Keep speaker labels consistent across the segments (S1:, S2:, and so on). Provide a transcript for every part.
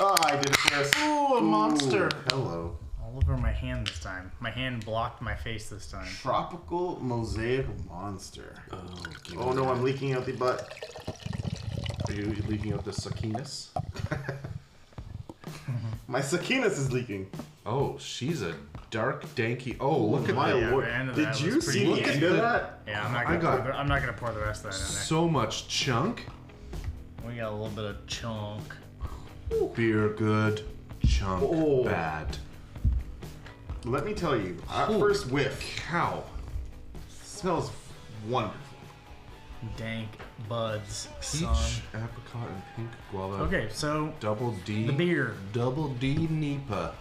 S1: Oh, I did it first.
S2: Ooh, a monster.
S1: Hello.
S2: All over my hand this time. My hand blocked my face this time.
S1: Tropical mosaic monster.
S3: Oh, give
S1: Oh
S3: me
S1: no,
S3: that.
S1: I'm leaking out the butt.
S3: Are you leaking out the suckiness?
S1: My sakinus is leaking.
S3: Oh, she's a dark, danky. Oh, look at
S1: my
S3: that.
S2: Yeah,
S1: lord.
S2: the end of
S1: Did
S2: that
S1: you
S2: was
S1: see
S2: pretty
S1: the end
S3: good.
S1: of that?
S2: Yeah, I'm not
S3: I
S2: gonna.
S3: got-
S2: pour the, I'm not gonna pour the rest of that in there.
S3: So much chunk.
S2: We got a little bit of chunk.
S3: Beer good, chunk
S1: Oh.
S3: bad.
S1: Let me tell you, our
S3: Holy
S1: first whiff
S3: Cow.
S1: smells wonderful.
S2: Dank buds.
S3: Peach,
S2: Son.
S3: apricot, and pink guava.
S2: Okay, so
S3: Double D.
S2: the beer.
S3: Double D Nipa.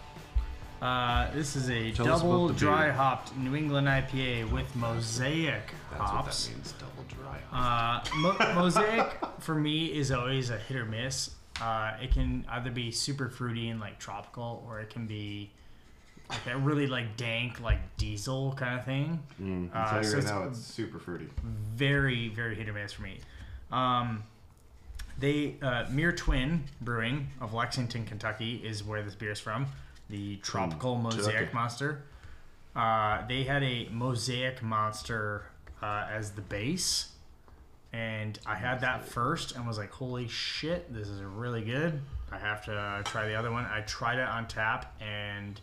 S2: Uh, this is a
S3: Tell us about
S2: double
S3: the beer.
S2: dry hopped New England IPA with mosaic
S3: That's
S2: hops.
S3: what that means. Double dry hop.
S2: Uh, mo- mosaic for me is always a hit or miss. Uh, it can either be super fruity and like tropical, or it can be like that really like dank, like diesel kind of thing.
S3: Mm,
S1: I'll
S2: Uh,
S1: tell you
S2: so
S1: right
S2: it's
S1: now, it's super fruity.
S2: very, very hit or miss for me. Um, they uh, Mere Twin Brewing of Lexington, Kentucky, is where this beer is from. The tropical mosaic
S3: Kentucky.
S2: monster. Uh, they had a mosaic monster uh, as the base, and I had that first and was like, "Holy shit, this is really good." I have to uh, try the other one. I tried it on tap and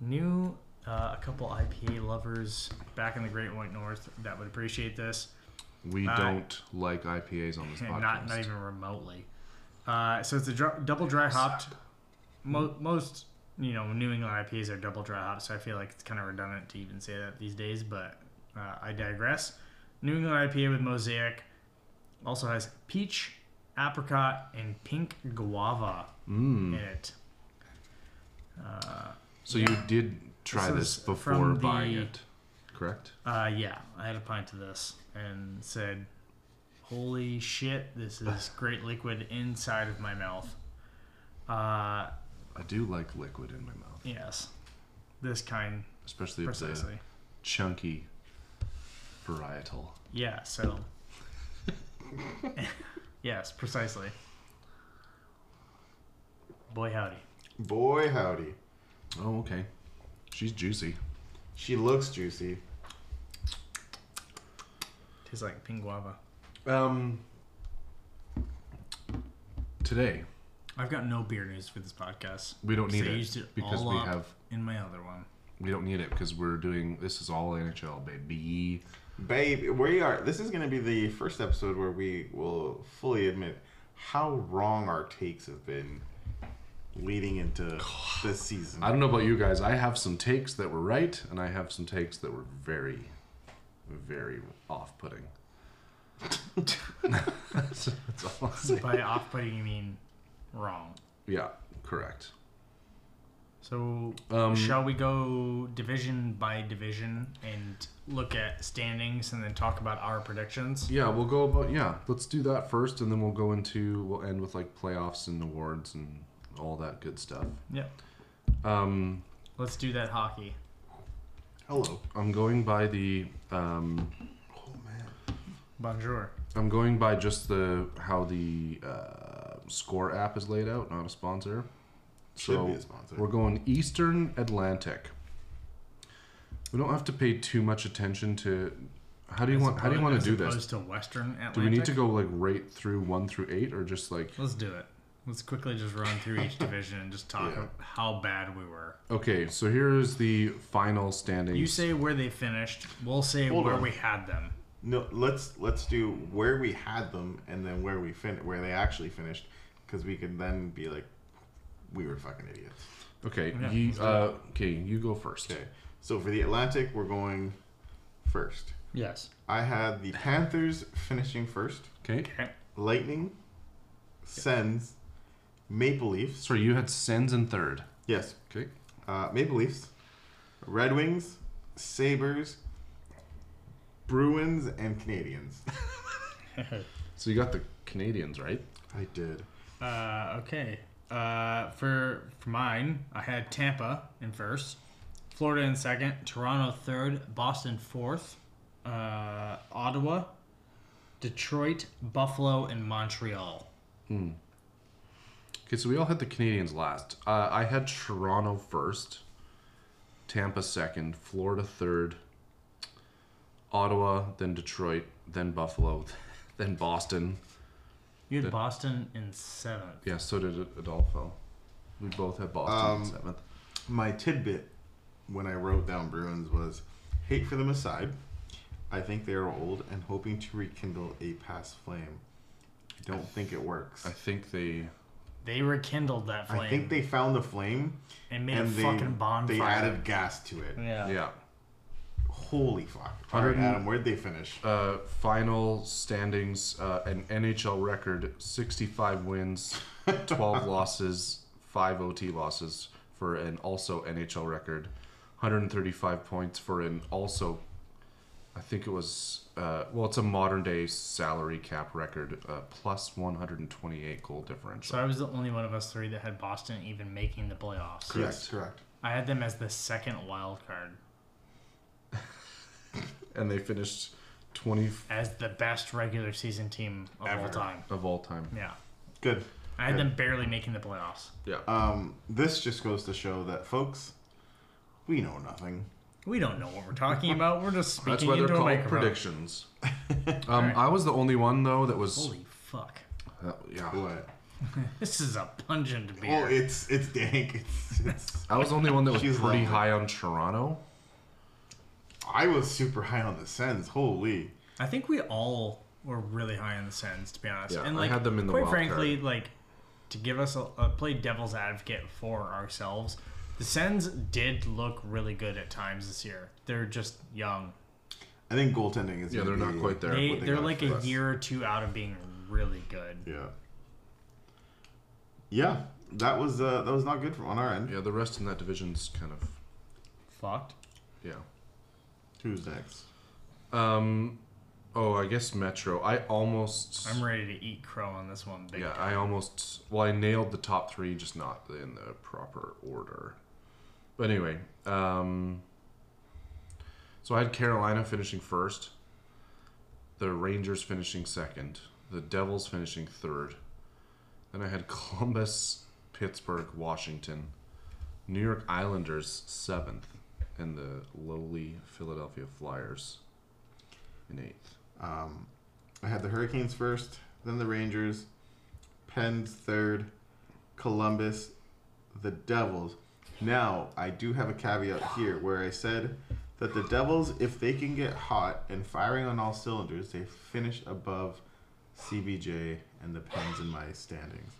S2: knew uh, a couple IPA lovers back in the Great White North that would appreciate this.
S3: we
S2: uh,
S3: don't like IPAs on this podcast.
S2: Not not even remotely. Uh, so it's a dr- double dry hopped. Mo- most you know New England IPAs are double dry hopped, so I feel like it's kind of redundant to even say that these days. But uh, I digress. New England IPA with mosaic also has peach, apricot, and pink guava in it.
S3: Hmm. Mm.
S2: Uh,
S3: so you did try
S2: This
S3: this,
S2: is
S3: before
S2: from the-
S3: buying it, correct?
S2: Uh, yeah, I had a pint of this and said, "Holy shit, this is great liquid inside of my mouth." Uh,
S3: I do like liquid in my mouth,
S2: Yes. This kind,
S3: especially if it's
S2: precisely.
S3: a chunky varietal.
S2: Yeah, so. yes, precisely. Boy, howdy.
S1: Boy, howdy.
S3: Oh, okay. She's juicy.
S1: She looks juicy.
S2: Tastes like pink guava.
S3: Um, today
S2: I've got no beer news for this podcast.
S3: we don't need
S2: So I
S3: it,
S2: used it
S3: because
S2: all
S3: we
S2: up.
S3: have
S2: In my other one.
S3: we don't need it because we're doing this is all NHL baby.
S1: Babe, we are. This is going to be the first episode where we will fully admit how wrong our takes have been leading into this season.
S3: I don't know about you guys. I have some takes that were right, and I have some takes that were very, very off-putting. That's all I'll say.
S2: By off putting, you mean wrong.
S3: Yeah, correct.
S2: So,
S3: Um,
S2: shall we go division by division and look at standings and then talk about our predictions?
S3: Yeah, we'll go about yeah. Let's do that first, and then we'll go into we'll end with like playoffs and awards and all that good stuff.
S2: Yep.
S3: Um,
S2: Let's do that hockey.
S1: Hello.
S3: I'm going by the um,
S1: Oh man.
S2: Bonjour.
S3: I'm going by just the how the uh, score app is laid out. Not a sponsor.
S1: Should
S3: So
S1: be a sponsor.
S3: we're going Eastern Atlantic. We don't have to pay too much attention to how do you want how do you want
S2: As
S3: to do this?
S2: Opposed to Western Atlantic.
S3: Do we need to go like right through one through eight or just like
S2: Let's do it. Let's quickly just run through each division and just talk
S3: Yeah.
S2: about how bad we were.
S3: okay? So here is the final standings.
S2: You say where they finished. We'll say
S1: Hold
S2: where
S1: on.
S2: we had them.
S1: No, let's let's do where we had them and then where we fin where they actually finished, because we can then be like, we were fucking idiots.
S3: Okay,
S2: Oh, Yeah,
S3: you
S2: let's do
S3: uh, okay, you go first.
S1: Okay. So for the Atlantic, we're going first.
S2: Yes.
S1: I had the Panthers finishing first,
S3: Okay.
S2: Okay.
S1: Lightning, Sens, Maple Leafs.
S3: Sorry, you had Sens in third.
S1: Yes,
S3: Okay.
S1: uh, Maple Leafs, Red Wings, Sabers, Bruins, and Canadians.
S3: So you got the Canadians right.
S1: I did.
S2: Uh, okay. Uh, for for mine, I had Tampa in first, Florida in second, Toronto third, Boston fourth, uh, Ottawa, Detroit, Buffalo, and Montreal.
S3: Okay, so we all had the Canadians last. Uh, I had Toronto first, Tampa second, Florida third, Ottawa, then Detroit, then Buffalo, then Boston.
S2: You had Boston in seventh.
S3: Yeah, so did Adolfo. We both had Boston in
S1: Um,
S3: seventh.
S1: my tidbit when I wrote down Bruins was hate for them aside. I think they are old and hoping to rekindle a past flame. I don't think it works.
S3: I think they.
S2: They rekindled that flame
S1: I think they found the flame
S2: and made
S1: and
S2: a
S1: they,
S2: fucking bonfire.
S1: they added gas to it.
S2: yeah.
S3: Yeah.
S1: Holy fuck. All right,
S3: Hundred and-
S1: Adam, where'd they finish?
S3: Uh, final standings: uh, an NHL record, 65 wins, 12 losses, five OT losses for an also NHL record, 135 points for an also, I think it was, uh, well, it's a modern day salary cap record, uh, plus 128 goal differential.
S2: So I was the only one of us three that had Boston even making the playoffs.
S1: Yes, correct.
S2: I had them as the second wild card,
S3: And they finished 20
S2: as the best regular season team of all
S1: Ever.
S2: time.
S3: of all time.
S2: Yeah.
S1: Good.
S2: I had them barely making the playoffs.
S3: Yeah.
S1: Um, this just goes to show that, folks, we know nothing.
S2: We don't know what we're talking about. We're just speaking
S3: That's why they're
S2: into a
S3: called
S2: microphone.
S3: predictions. Um,
S2: Alright.
S3: I was the only one though that was
S2: Holy fuck.
S3: uh, yeah.
S1: What?
S2: This is a pungent beer.
S1: Well, it's it's dank. It's, it's
S3: I was the only one that was
S1: She's
S3: pretty
S1: lovely.
S3: high on Toronto.
S1: I was super high on the Sens. Holy.
S2: I think we all were really high on the Sens, to be honest.
S3: Yeah,
S2: and
S3: I
S2: like,
S3: had them in the
S2: quite
S3: wild
S2: frankly, like to give us a, a play devil's advocate for ourselves, the Sens did look really good at times this year. They're just young.
S1: I think goaltending is.
S3: Yeah,
S1: gonna
S3: they're not
S1: be-
S3: quite there.
S2: They
S1: what they
S2: they're
S1: got
S2: like
S1: for
S2: a
S1: us.
S2: year or two out of being really good.
S1: Yeah. Yeah, that was uh, that was not good from on our end.
S3: Yeah, the rest in that division's kind of
S2: Fucked.
S3: yeah.
S1: Who's next?
S3: Um, oh, I guess Metro. I almost
S2: I'm ready to eat crow on this one. Big
S3: yeah,
S2: time.
S3: I almost well, I nailed the top three, just not in the proper order. But anyway, um, so I had Carolina finishing first, the Rangers finishing second, the Devils finishing third, then I had Columbus, Pittsburgh, Washington, New York Islanders seventh, and the lowly Philadelphia Flyers in eighth.
S1: Um, I had the Hurricanes first, then the Rangers, Pens third, Columbus, the Devils. Now I do have a caveat here where I said that the Devils, if they can get hot and firing on all cylinders, they finish above CBJ and the Pens in my standings.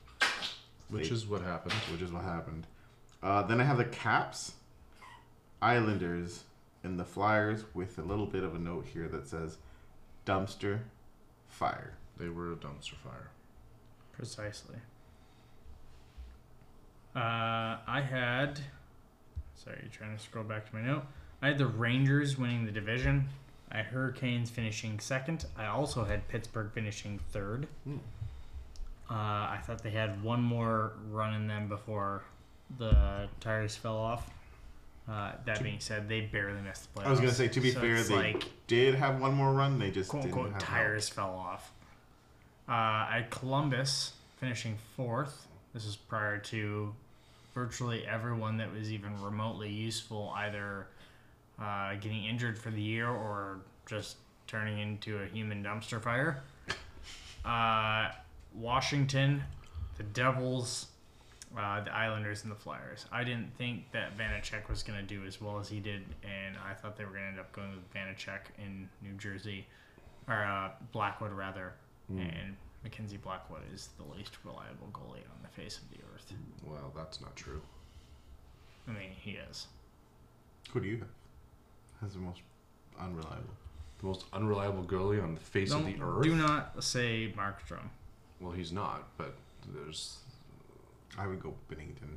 S3: Which
S1: They-
S3: is what happened.
S1: which is what happened. Uh, then I have the Caps, Islanders, and the Flyers with a little bit of a note here that says dumpster fire.
S3: They were a dumpster fire.
S2: Precisely. Uh, I had. Sorry, trying to scroll back to my note. I had the Rangers winning the division. I had Hurricanes finishing second. I also had Pittsburgh finishing third.
S1: Hmm.
S2: Uh, I thought they had one more run in them before the tires fell off. Uh, that being said, they barely missed the playoffs.
S1: I was gonna say to be
S2: So
S1: fair,
S2: it's
S1: they
S2: like
S1: did have one more run. They just
S2: quote
S1: didn't
S2: unquote
S1: have
S2: tires fell off. Uh, I had Columbus finishing fourth. This is prior to virtually everyone that was even remotely useful either uh, getting injured for the year or just turning into a human dumpster fire. Uh, Washington, the Devils, uh, the Islanders, and the Flyers. I didn't think that Vanacek was going to do as well as he did, and I thought they were going to end up going with Vanacek in New Jersey, or uh, Blackwood rather.
S3: Hmm. Mm.
S2: And Mackenzie Blackwood is the least reliable goalie on the face of the earth.
S3: Well, that's not true.
S2: I mean, he is.
S1: Who do you have? Has the most unreliable.
S3: The most unreliable goalie on the face of the
S2: Don't-
S3: earth.
S2: Do not say Markstrom.
S3: Well, he's not, but there's.
S1: I would go Bennington.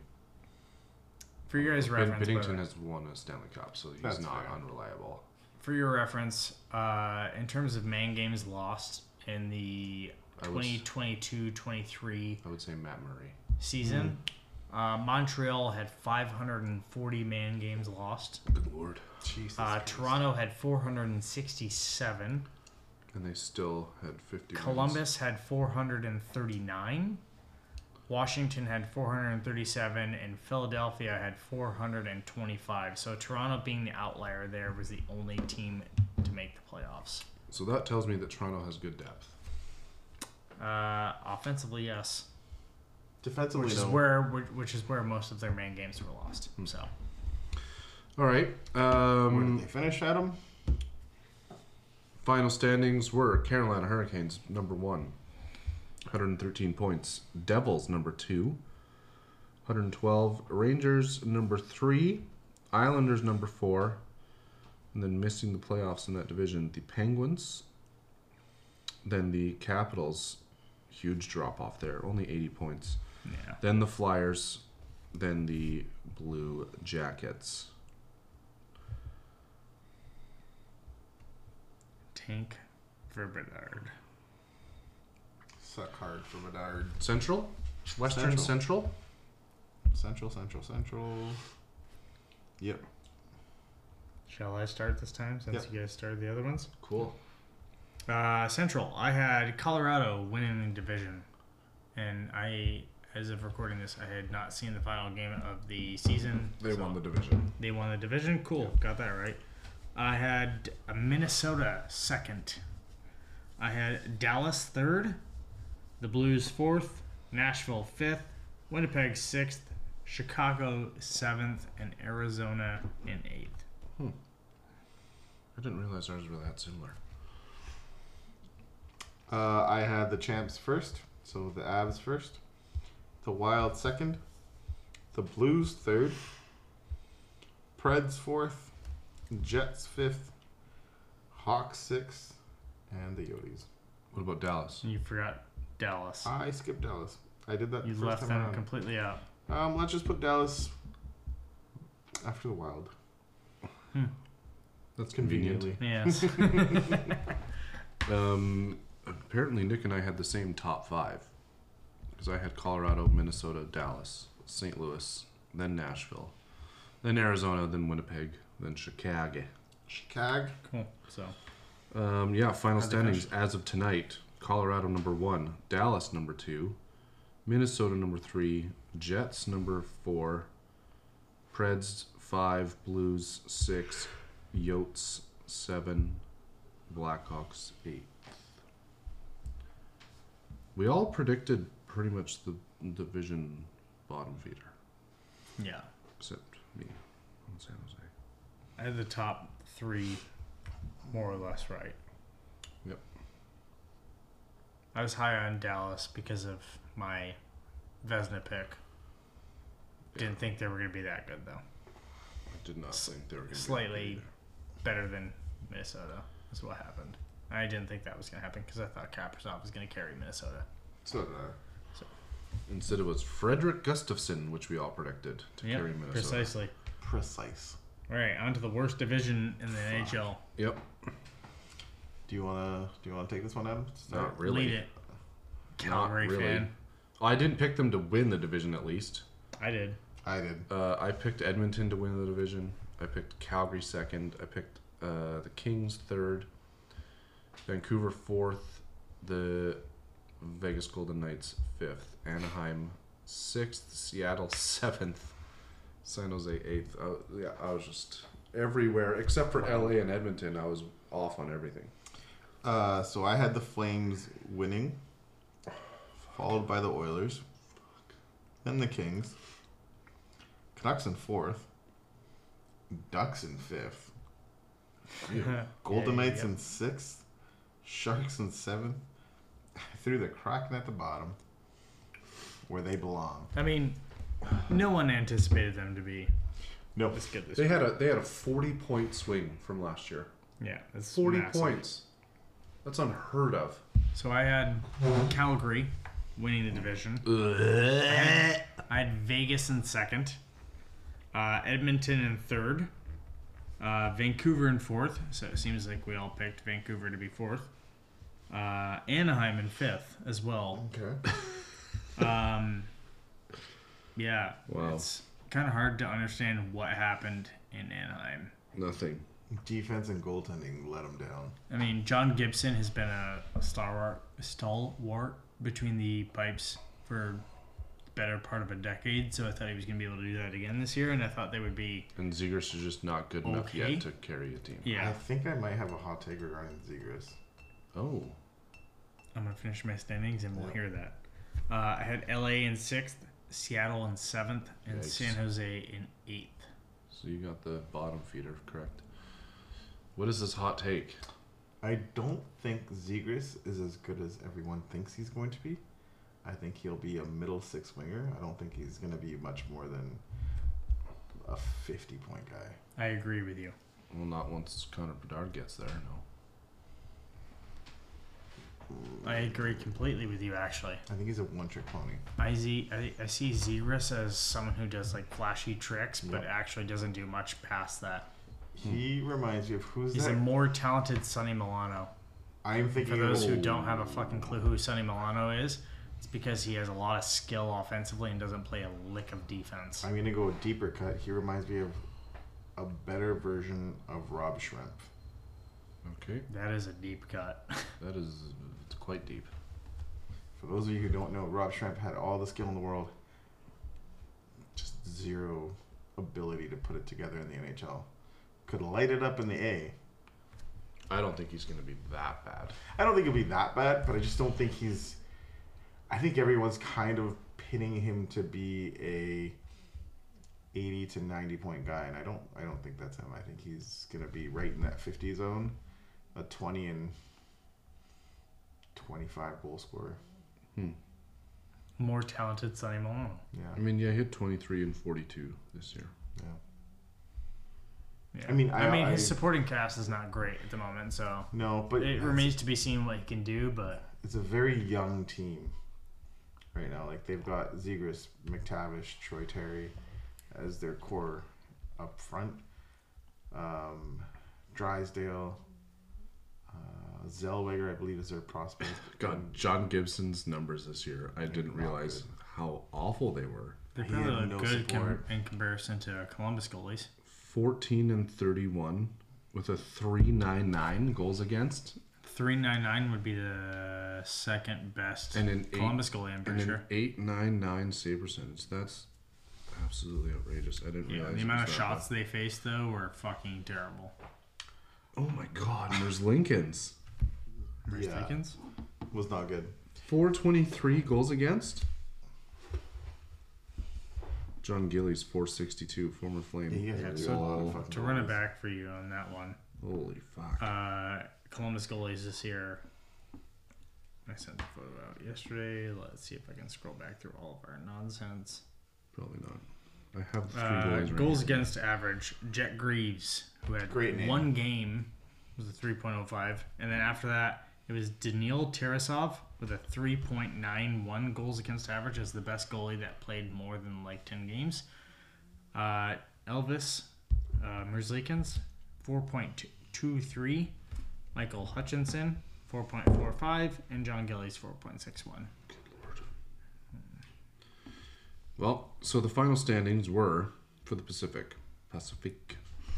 S2: For your guys'
S3: Ben-
S2: reference, by the
S3: Bennington
S2: way-
S3: has won a Stanley Cup, so he's
S1: That's
S3: not
S1: fair.
S3: unreliable.
S2: for your reference, uh, in terms of man games lost in the
S3: I would s-
S2: 2022-23
S3: I would say Matt Murray.
S2: season,
S3: Hmm.
S2: uh, Montreal had 540 man games lost.
S3: Good lord.
S1: Jesus.
S2: Uh,
S1: Christ.
S2: Toronto had 467.
S3: And they still had 50 wins.
S2: Columbus had 439. Washington had 437, and Philadelphia had 425. So Toronto, being the outlier there, was the only team to make the playoffs.
S3: So that tells me that Toronto has good depth.
S2: Uh, offensively, yes,
S1: Defensively,
S2: which is
S1: though,
S2: where which is where most of their main games were lost. So
S3: All right.
S1: where
S3: Um,
S1: did they finish, Adam?
S3: Final standings were Carolina Hurricanes number one, 113 points. Devils number two, 112. Rangers number three, Islanders number four, and then missing the playoffs in that division, the Penguins. Then the Capitals, huge drop off there, only 80 points.
S2: yeah,
S3: Then the Flyers, then the Blue Jackets.
S2: tank for Bernard.
S1: Suck hard for Bedard.
S3: Central, Western
S1: Central. Central,
S3: Central.
S1: Central, Central. Yep.
S2: Shall I start this time since
S1: Yep.
S2: you guys started the other ones?
S3: Cool.
S2: Uh, Central. I had Colorado winning the division, and I, as of recording this, I had not seen the final game of the season.
S3: They
S2: so
S3: won the division.
S2: They won the division. Cool, got that right. I had uh, Minnesota second. I had Dallas third, the Blues fourth, Nashville fifth, Winnipeg sixth, Chicago seventh, and Arizona in eighth.
S3: I didn't realize ours were that similar.
S1: Uh, I had the champs first, so the Avs first, the Wild second, the Blues third, Preds fourth, Jets fifth, Hawks sixth, and the Yotes.
S3: What about Dallas?
S2: And you forgot Dallas.
S1: I skipped Dallas. I did that
S2: You
S1: Uh, first
S2: left
S1: time
S2: them
S1: around.
S2: completely out.
S1: um, let's just put Dallas after the Wild.
S3: That's
S1: Conveniently.
S2: Yes.
S3: Um, apparently, Nick and I had the same top five because I had Colorado, Minnesota, Dallas, St. Louis, then Nashville, then Arizona, then Winnipeg, then Chicago.
S1: Chicago.
S2: cool. So
S3: Um, yeah, final
S2: How'd they
S3: standings as of tonight: Colorado number one, Dallas number two, Minnesota number three, Jets number four, Preds five, Blues six, Yotes seven, Blackhawks eight. We all predicted pretty much the division bottom feeder,
S2: yeah,
S3: except me on San Jose.
S2: I had the top three, more or less right.
S3: Yep.
S2: I was high on Dallas because of my Vesna pick. Didn't think they were going to be that good though.
S3: I did not think they were going to
S2: Slightly better than Minnesota is what happened. I didn't think that was going to happen because I thought Kaprizov was going to carry Minnesota.
S1: So uh, did I.
S3: Instead, it was Frederick Gustafson, which we all predicted to
S2: Yep,
S3: carry Minnesota.
S2: precisely.
S1: Precise.
S2: All right, on to the worst division in the NHL.
S3: Yep.
S1: Do you wanna do you wanna take this one, Adam?
S3: Not really.
S2: Lead it, Calgary
S3: really.
S2: fan.
S3: I didn't pick them to win the division, at least.
S2: I did.
S1: I did.
S3: Uh, I picked Edmonton to win the division. I picked Calgary second. I picked uh, the Kings third. Vancouver fourth. The Vegas Golden Knights fifth. Anaheim sixth. Seattle seventh. San Jose eighth. Uh, yeah, I was just everywhere except for LA and Edmonton. I was off on everything.
S1: Uh, so I had the Flames winning, followed by the Oilers, then the Kings, Canucks in fourth, Ducks in fifth, Golden
S2: Yeah,
S1: Knights
S2: yep.
S1: in sixth, Sharks in seventh. I threw the Kraken at the bottom, where they belong.
S2: I mean, no one anticipated them to be
S1: No,
S2: this good this
S3: They
S2: year.
S3: had a they had a forty point swing from last year.
S2: Yeah, it's
S3: Forty
S2: massive.
S3: points. That's unheard of.
S2: So I had Calgary winning the division. I had, I had Vegas in second, uh, Edmonton in third, uh, Vancouver in fourth. So it seems like we all picked Vancouver to be fourth. Uh, Anaheim in fifth as well.
S3: Okay.
S2: Um, yeah,
S3: Wow.
S2: it's kind of hard to understand what happened in Anaheim.
S3: Nothing.
S1: defense and goaltending let them down.
S2: I mean, John Gibson has been a, a stalwart, stalwart between the pipes for better part of a decade, so I thought he was going to be able to do that again this year, and I thought they would be
S3: And Zegers is just not good enough
S2: Okay.
S3: yet to carry a team.
S1: I
S2: yeah.
S1: think I might have a hot take regarding Zegers.
S3: Oh,
S2: I'm gonna finish my standings and we'll hear that. Uh, I had L.A. in sixth, Seattle in seventh, and
S3: Yikes.
S2: San Jose in eighth.
S3: so you got the bottom feeder correct. What is this hot take?
S1: I don't think Zegers is as good as everyone thinks he's going to be. I think he'll be a middle six winger. I don't think he's going to be much more than a 50 point guy.
S2: I agree with you.
S3: Well, not once Connor Bedard gets there. No,
S2: I agree completely with you. Actually,
S1: I think he's a one trick pony.
S2: I see I, I see Zegras as someone who does like flashy tricks, but
S1: Yep.
S2: actually doesn't do much past that.
S1: He reminds me of who's
S2: Hmm. He's
S1: that?
S2: a more talented Sonny Milano.
S1: I'm
S2: For
S1: thinking
S2: those
S1: of,
S2: who don't have a fucking clue who Sonny Milano is, it's because he has a lot of skill offensively and doesn't play a lick of defense.
S1: I'm going to go a deeper cut. He reminds me of a better version of Rob Shrimp.
S3: okay,
S2: That is a deep cut.
S3: that is it's quite deep.
S1: For those of you who don't know, Rob Shrimp had all the skill in the world, just zero ability to put it together in the NHL. Could light it up in the A.
S3: I don't think he's going to be that bad.
S1: I don't think it'll be that bad, but I just don't think he's. I think everyone's kind of pinning him to be a eighty to ninety point guy, and I don't. I don't think that's him. I think he's gonna be right in that fifty zone, a twenty and twenty five goal scorer.
S2: More talented Sonny Milano.
S1: Yeah.
S3: I mean, yeah, he had 23 and 42 this year.
S2: Yeah.
S1: I mean, I-
S2: mean, his
S1: I-
S2: supporting cast is not great at the moment, so
S1: No, but
S2: it
S1: that's-
S2: remains to be seen what he can do. But
S1: it's a very young team right now. Like they've got Zegers, McTavish, Troy Terry as their core up front. Um, Drysdale, uh, Zellweger, I believe, is their prospect.
S3: God, John Gibson's numbers this year. I didn't
S1: not
S3: realize how awful they were.
S2: they
S1: He
S2: probably
S1: had
S2: look
S1: no
S2: good com-
S1: support.
S2: in comparison to Columbus goalies.
S3: 14 and 31 with a 399 goals against
S2: Three nine nine would be the second best
S3: And an eight-
S2: Columbus goalie, I'm
S3: and
S2: pretty sure.
S3: an 899 save percentage. That's absolutely outrageous. I didn't
S2: Yeah,
S3: realize
S2: the
S3: it
S2: amount of
S3: was that
S2: shots they faced though were fucking terrible.
S3: bad. Oh my god, and there's Lincoln's.
S2: Bruce
S1: Yeah.
S2: Dickens?
S1: Was not good.
S3: 423 goals against. John Gillies 462, former Flame.
S1: He has a
S2: so
S1: lot of fucking
S2: To run it
S1: goals.
S2: back for you on that one,
S3: Holy fuck.
S2: uh, Columbus goalies this year. I sent the photo out yesterday. Let's see if I can scroll back through all of our nonsense.
S3: Probably not. I have the three
S2: Uh,
S3: goals. Right
S2: goals
S3: here.
S2: against average. Jet Greaves, who had
S1: Great name.
S2: one game, was a 3.05. And then after that, it was Danil Tarasov with a 3.91 goals against average as the best goalie that played more than like 10 games. Uh, Elvis uh, Merzlikins, 4.23. Michael Hutchinson, 4.45. And John Gillies, 4.61.
S3: Well, so the final standings were for the Pacific. Pacific.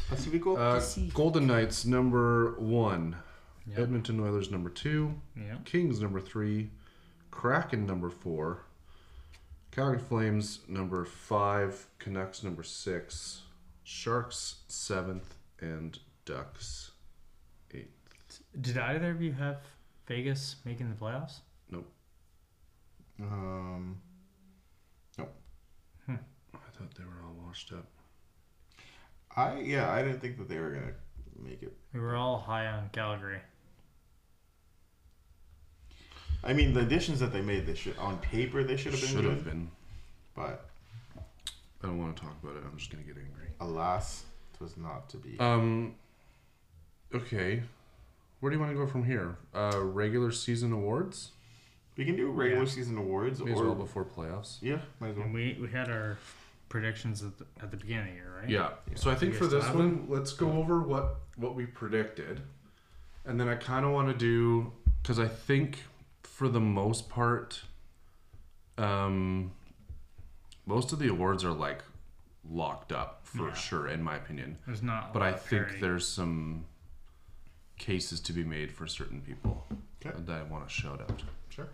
S1: Pacifico?
S3: Uh, Golden Knights number one,
S2: Yep.
S3: Edmonton Oilers number two,
S2: Yeah.
S3: Kings number three, Kraken number four, Calgary Flames number five, Canucks number six, Sharks seventh, and Ducks eighth.
S2: Did either of you have Vegas making the playoffs?
S3: Nope.
S1: um,
S3: I thought they were all washed up.
S1: I yeah, I didn't think that they were gonna make it.
S2: We were all high on Calgary.
S1: I mean, the additions that they made, they should on paper they should have been
S3: Should
S1: good,
S3: have been.
S1: but
S3: I don't want to talk about it. I'm just gonna get angry.
S1: alas, it was not to be.
S3: Um. Okay. Where do you want to go from here? Uh, regular season awards.
S1: we can do regular
S2: yeah.
S1: season awards
S3: May as
S1: or
S3: well before playoffs.
S1: Yeah, might as well.
S2: And we, we had our predictions at the, at the beginning of the year, right?
S3: Yeah. So I think
S2: You
S3: for
S2: guys
S3: this
S2: have
S3: one, let's go over what what we predicted, and then I kind of want to do because I think for the most part, um, most of the awards are like locked up for
S2: Yeah.
S3: sure, in my opinion.
S2: There's not. a
S3: But
S2: lot
S3: I
S2: of
S3: think
S2: parity.
S3: there's some cases to be made for certain people
S1: Okay.
S3: that I want to shout out.
S1: Sure.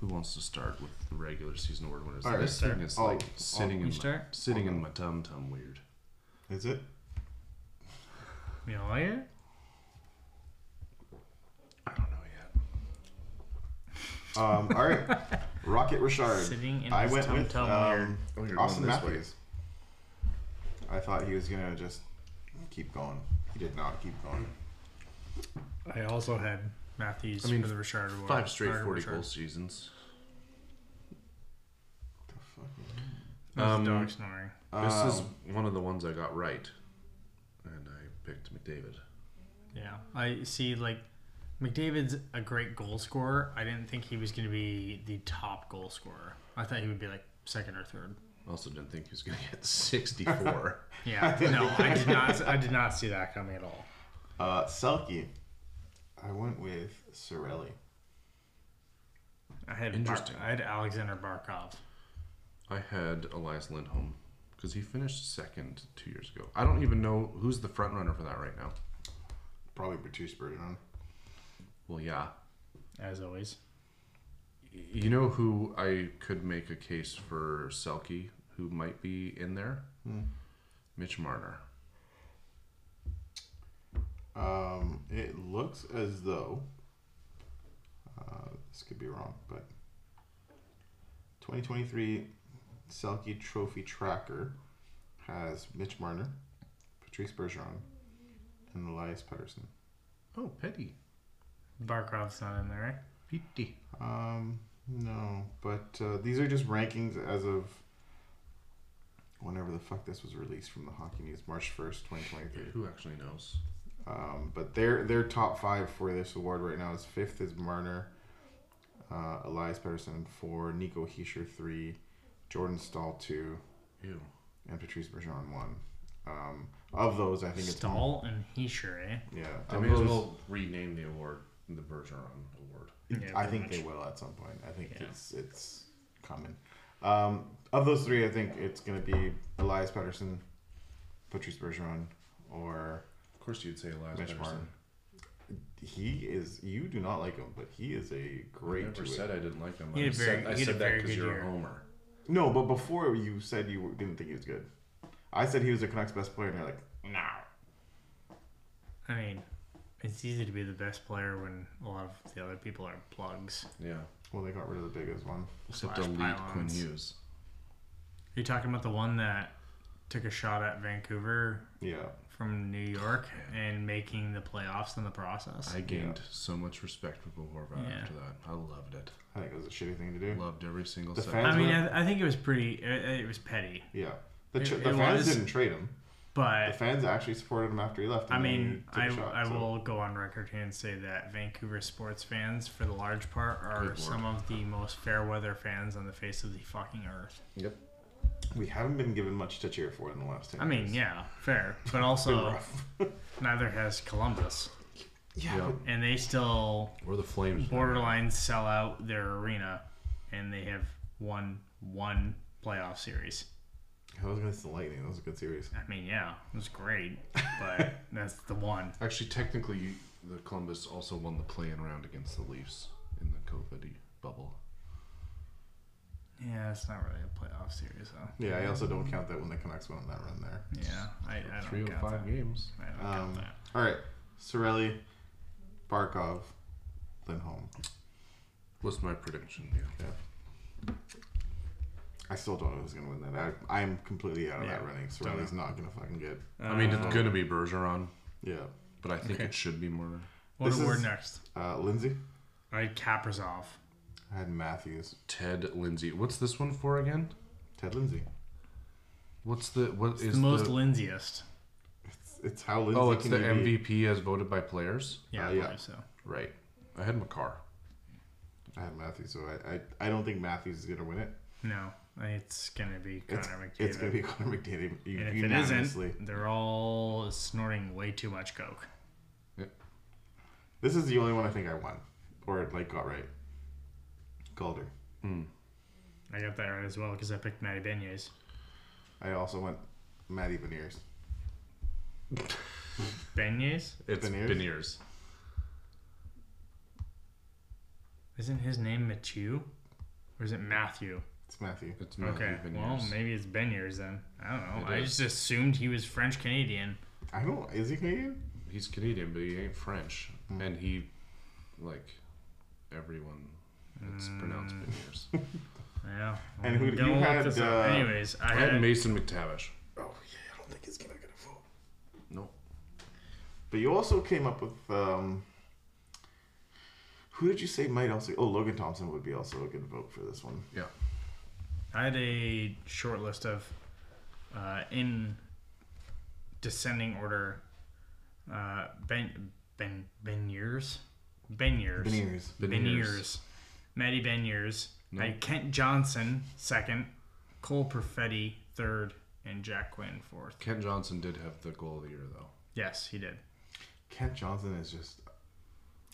S3: Who wants to start with the regular season award winners?
S1: All right,
S3: this
S2: start.
S3: thing is
S1: I'll-
S3: like
S1: I'll-
S3: sitting
S2: You
S3: in my,
S2: start?
S3: sitting
S1: I'll
S3: in
S1: go.
S3: my tum tum weird.
S1: Is it?
S2: You know, like it?
S3: I don't know yet.
S1: Um, all right. Rocket Richard.
S2: Sitting in
S1: I
S2: his
S1: went
S2: tum
S1: with
S2: tum
S1: um,
S3: Oh, you're
S1: Austin
S3: going this way.
S1: Matthews. I thought he was gonna just keep going. He did not keep going.
S2: I also had Matthews
S3: I mean,
S2: for the Richard Award.
S3: Five straight
S2: Or
S3: forty
S2: Richard.
S3: goal seasons.
S1: The fuck?
S2: That was a
S3: Um,
S2: dog snoring.
S3: This is
S1: Um,
S3: one of the ones I got right, and I picked McDavid.
S2: Yeah, I see. Like McDavid's a great goal scorer. I didn't think he was going to be the top goal scorer. I thought he would be like second or third.
S3: Also, didn't think he was going to get sixty-four.
S2: Yeah, no, I did not. I did not see that coming at all.
S1: Uh, Selkie. I went with Sorelli.
S2: I had
S3: Interesting.
S2: Interesting. I had Alexander Barkov.
S3: I had Elias Lindholm because he finished second two years ago. I don't even know who's the front runner for that right now.
S1: Probably Bertus Bergeron.
S3: Well, yeah,
S2: As always,
S3: Y- you know who I could make a case for Selkie, who might be in there. Mitch Marner.
S1: Um, it looks as though uh, this could be wrong, but 2023 Selkie Trophy Tracker has Mitch Marner, Patrice Bergeron, and Elias Pettersson.
S3: Oh, Petty.
S2: Barkov's not in there. Right?
S3: Petty.
S1: Um, no, but uh, these are just rankings as of whenever the fuck this was released from the Hockey News, March 1st, 2023.
S3: Who actually knows?
S1: Um, but their their top five for this award right now is fifth is Marner, uh, Elias Patterson four, Nico Heischer three, Jordan Stahl two,
S3: Ew.
S1: and Patrice Bergeron one. Um, of those, I think it's
S2: Stahl and Heischer, eh?
S1: yeah.
S3: They
S1: of
S3: may as
S1: those-
S3: well rename the award the Bergeron Award.
S2: Yeah,
S1: Mm, I
S2: pretty
S1: think they
S2: much.
S1: will at some point. I think
S2: Yeah.
S1: it's it's coming. Um, of those three, I think it's gonna be Elias Patterson, Patrice Bergeron, or
S3: Of course, you'd say Elias
S1: Mitch Marner.
S3: Pettersson.
S1: He is. You do not like him, but he is a
S3: I
S1: great.
S3: never
S1: two-way
S3: said I didn't like him.
S2: He had
S3: I
S2: a
S3: said,
S2: very-
S3: I
S2: he had a
S3: said that
S2: very
S3: because
S2: good
S3: you're
S2: year.
S3: a homer.
S1: No, but before you said you didn't think he was good. I said he was the Canucks' best player, and you're like, no.
S2: I mean, it's easy to be the best player when a lot of the other people are plugs.
S3: Yeah.
S1: Well, they got rid of the biggest one.
S3: Except
S2: Slash
S3: elite Quinn
S2: pylons.
S3: Hughes.
S2: Are you talking about the one that took a shot at Vancouver
S1: Yeah.
S2: from New York and making the playoffs in the process?
S3: I gained so much respect for Bo Horvat
S2: Yeah.
S3: after that. I loved it.
S1: I think it was a shitty thing to do.
S3: Loved every single
S1: The
S3: second.
S1: fans-
S2: I mean, I, I think it was pretty. It, it was petty,
S1: Yeah. The, ch-
S2: It-
S1: the
S2: it
S1: fans
S2: was-
S1: didn't trade him. The
S2: but
S1: fans actually supported him after he left.
S2: I
S1: and then
S2: mean,
S1: he
S2: I,
S1: took a shot,
S2: I
S1: so-
S2: will go on record here and say that Vancouver sports fans, for the large part, are
S3: Good lord.
S2: some of the most fair weather fans on the face of the fucking earth.
S3: Yep.
S1: We haven't been given much to cheer for in the last 10
S2: I mean,
S1: years.
S2: yeah, fair, but
S1: Been
S2: also
S1: rough.
S2: neither has Columbus,
S1: yeah.
S3: Yeah.
S1: but-
S2: and they still
S3: Or the Flames.
S2: borderline sell out their arena, and they have won one playoff series.
S1: I was against the Lightning. That was a good series.
S2: I mean, yeah, it was great, but that's the one.
S3: Actually, technically, you, the Columbus also won the play-in round against the Leafs in the COVID bubble.
S2: Yeah, it's not really a playoff series, though.
S1: Yeah, I also don't count that when the Canucks went on that run there.
S2: Yeah, I, I
S3: Three
S2: don't
S3: of
S2: count
S3: five
S2: that.
S3: games.
S2: I don't count
S1: Um,
S2: that.
S1: all right. Sorelli, Barkov, Lindholm.
S3: Was my prediction. Yeah.
S1: Yeah. I still don't know who's gonna win that. I, I'm completely out of that
S2: Yeah.
S1: running. Sorelli's not gonna fucking get.
S3: I mean, it's gonna be Bergeron,
S1: Yeah.
S3: but I think
S2: Uh, Okay.
S3: it should be Marner.
S2: What
S1: this
S2: award
S1: is-
S2: next?
S1: Uh, Lindsay.
S2: I had Kaprizov.
S1: I had Matthews.
S3: Ted Lindsay. What's this one for again?
S1: Ted Lindsay.
S3: What's the what
S2: It's
S3: is
S2: the most
S3: the-
S2: Lindsayest.
S1: It's, it's how Lindsay.
S3: oh, it's
S1: can
S3: the
S1: be-
S3: MVP as voted by players.
S2: Yeah,
S1: Uh,
S2: I
S1: yeah.
S2: believe so.
S3: Right. I had McCarr.
S1: I had Matthews, so I, I I don't think Matthews is gonna win it.
S2: No, it's gonna be
S1: It's,
S2: Connor McDavid.
S1: it's gonna be Connor McDavid u-
S2: and if it
S1: unanimously.
S2: isn't, they're all snorting way too much coke.
S1: This is the only one I think I won, or like got right. Calder.
S2: I got that right as well because I picked Matty Beignets.
S1: I also went Matty Beniers.
S2: Beignets?
S3: It's
S1: Beniers?
S3: Beniers.
S2: Isn't his name Mathieu? Or is it Matthew?
S1: It's Matthew.
S3: It's Matthew
S2: okay. Well,
S3: Vineyers.
S2: maybe it's Beniers then. I don't know.
S3: It
S2: I
S3: is.
S2: just assumed he was French Canadian.
S1: I don't. Is he Canadian?
S3: He's Canadian, but he ain't French, and he, like, everyone, it's
S2: Mm.
S3: pronounced Vineyers.
S2: Yeah.
S1: And who- you
S2: Don't look
S1: had,
S2: this up.
S1: uh,
S2: Anyways, I
S3: I had
S2: had
S3: Mason McTavish.
S1: Oh yeah, I don't think he's gonna get a vote.
S3: No.
S1: But you also came up with um, who did you say might also? Oh, Logan Thompson would be also a good vote for this one.
S3: Yeah.
S2: I had a short list of, uh, in descending order, uh, Ben Ben Beniers, Beniers,
S1: Beniers.
S2: Beniers, Matty Beniers, I had Kent Johnson second, Cole Perfetti third, and Jack Quinn fourth.
S3: Kent Johnson did have the goal of the year, though.
S2: Yes, he did.
S1: Kent Johnson is just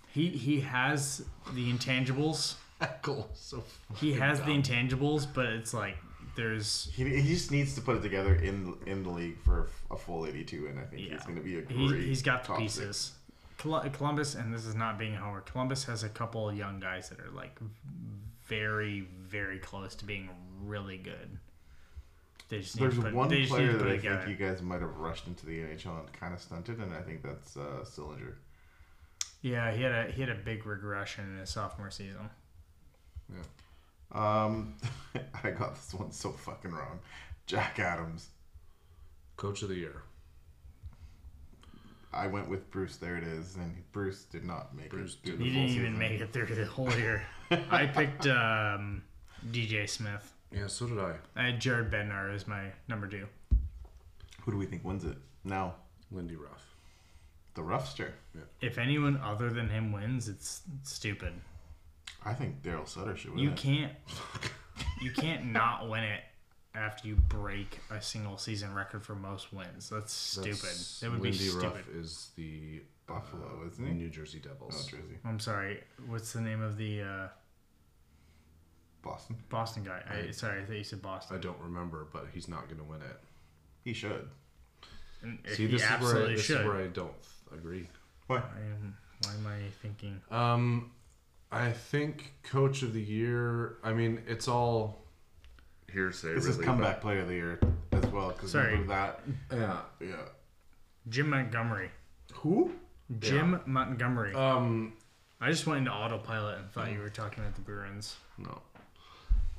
S2: He he has the intangibles.
S3: That goal is so
S2: He has the intangibles, but it's like there's
S1: he, he just needs to put it together in in the league for a full 82, and I think
S2: Yeah.
S1: he's gonna be a great.
S2: he's, he's got the
S1: top six.
S2: pieces. Col- Columbus, and this is not being a homer. Columbus has a couple of young guys that are like very, very close to being really good. They just need
S1: There's
S2: to put,
S1: one
S2: they just need
S1: player
S2: to
S1: that
S2: put
S1: I
S2: it
S1: think
S2: together.
S1: you guys might have rushed into the NHL and kind of stunted, and I think that's uh, Sillinger.
S2: Yeah, he had a he had a big regression in his sophomore season.
S3: Yeah.
S1: Um, I got this one so fucking wrong. Jack Adams.
S3: Coach of the year.
S1: I went with Bruce. There it is, and Bruce did not make
S3: Bruce
S1: it. through
S3: did
S1: the
S2: He
S1: full
S2: didn't even
S1: season.
S2: make it through the whole year. I picked um, DJ Smith.
S3: Yeah, so did I.
S2: I had Jared Bednar as my number two.
S1: Who do we think wins it? Now,
S3: Lindy Ruff.
S1: the Roughster.
S2: If anyone other than him wins, it's stupid.
S1: I think Daryl Sutter should win.
S2: You
S1: it.
S2: can't you can't not win it after you break a single season record for most wins. That's stupid.
S3: That's-
S2: that would
S3: Lindy
S2: be stupid.
S3: Ruff is the uh,
S1: Buffalo, isn't he?
S3: New Jersey
S1: Oh,
S3: Devils.
S1: Jersey.
S2: I'm sorry. What's the name of the uh,
S1: Boston.
S2: Boston guy? I, sorry, I thought you said Boston.
S3: I don't remember, but he's not going to win it.
S1: He should.
S2: And if
S3: See,
S2: he
S3: this, is where, I,
S2: absolutely
S3: this is
S2: should.
S3: where I don't agree.
S1: Why?
S2: I am, why am I thinking?
S3: Um, I think Coach of the Year. I mean, it's all hearsay.
S1: This is
S3: really,
S1: comeback player of the year as well. Because
S2: Sorry.
S1: remember that.
S3: but- Yeah.
S1: Yeah.
S2: Jim Montgomery.
S1: Who?
S2: Jim Montgomery.
S3: Um,
S2: I just went into autopilot and thought you were talking about the Bruins.
S3: no.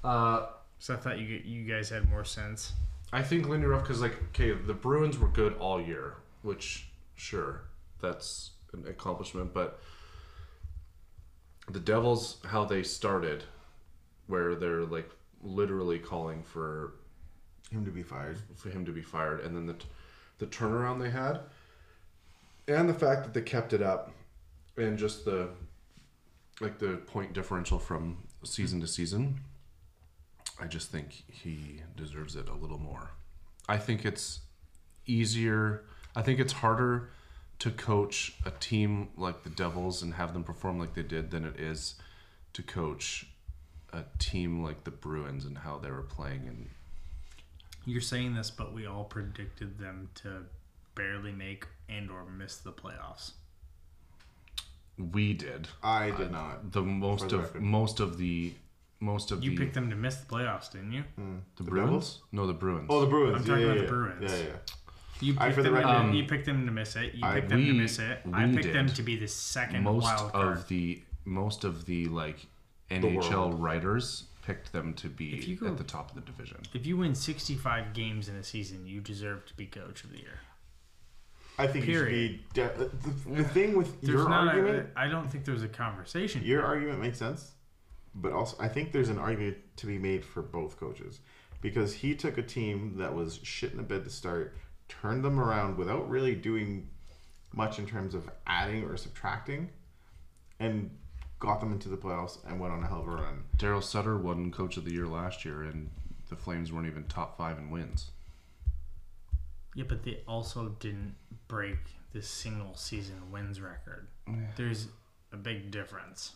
S3: Uh,
S2: So I thought you you guys had more sense.
S3: I think Lindy Ruff because like okay, the Bruins were good all year, which sure that's an accomplishment, but the Devils how they started, where they're like literally calling for
S1: Him to be fired.
S3: for him to be fired, and then the t- the turnaround they had, and the fact that they kept it up, and just the like the point differential from season to season. I just think he deserves it a little more. I think it's easier. I think it's harder to coach a team like the Devils and have them perform like they did than it is to coach a team like the Bruins and how they were playing and
S2: You're saying this, but we all predicted them to barely make and or miss the playoffs.
S3: we did.
S1: I did not.
S3: the most
S1: the
S3: of
S1: record.
S3: most of the most of
S2: You
S3: the
S2: picked them to miss the playoffs, didn't you?
S3: the,
S1: the
S3: Bruins.
S1: Devils?
S3: No, the Bruins.
S1: Oh, the Bruins.
S2: I'm
S1: yeah,
S2: talking
S1: yeah,
S2: about the
S1: yeah.
S2: Bruins.
S1: Yeah, yeah.
S2: You
S1: I-
S2: picked,
S1: for the
S2: them,
S1: record-
S2: to,
S1: Um,
S2: you picked them to miss it. You
S1: I-
S2: picked them to
S3: we-
S2: miss it. I
S3: we
S2: picked them
S3: did.
S2: to be the second
S3: most
S2: wild card.
S3: of the most of the like NHL writers picked them to
S2: If
S3: be
S2: you go-
S3: at the top of the division.
S2: if you win 65 games in a season, you deserve to be coach of the year.
S1: I think you
S2: Period.
S1: should be. De- the, the thing with
S2: There's
S1: your
S2: not. uh,
S1: argument.
S2: A, I don't think there's a conversation.
S1: Your argument makes sense, but also I think there's an argument to be made for both coaches because he took a team that was shit in the bed to start, turned them around without really doing much in terms of adding or subtracting, and got them into the playoffs and went on a hell of a run.
S3: Daryl Sutter won Coach of the Year last year, and the Flames weren't even top five in wins.
S2: Yeah, but they also didn't break the single season wins record. There's a big difference.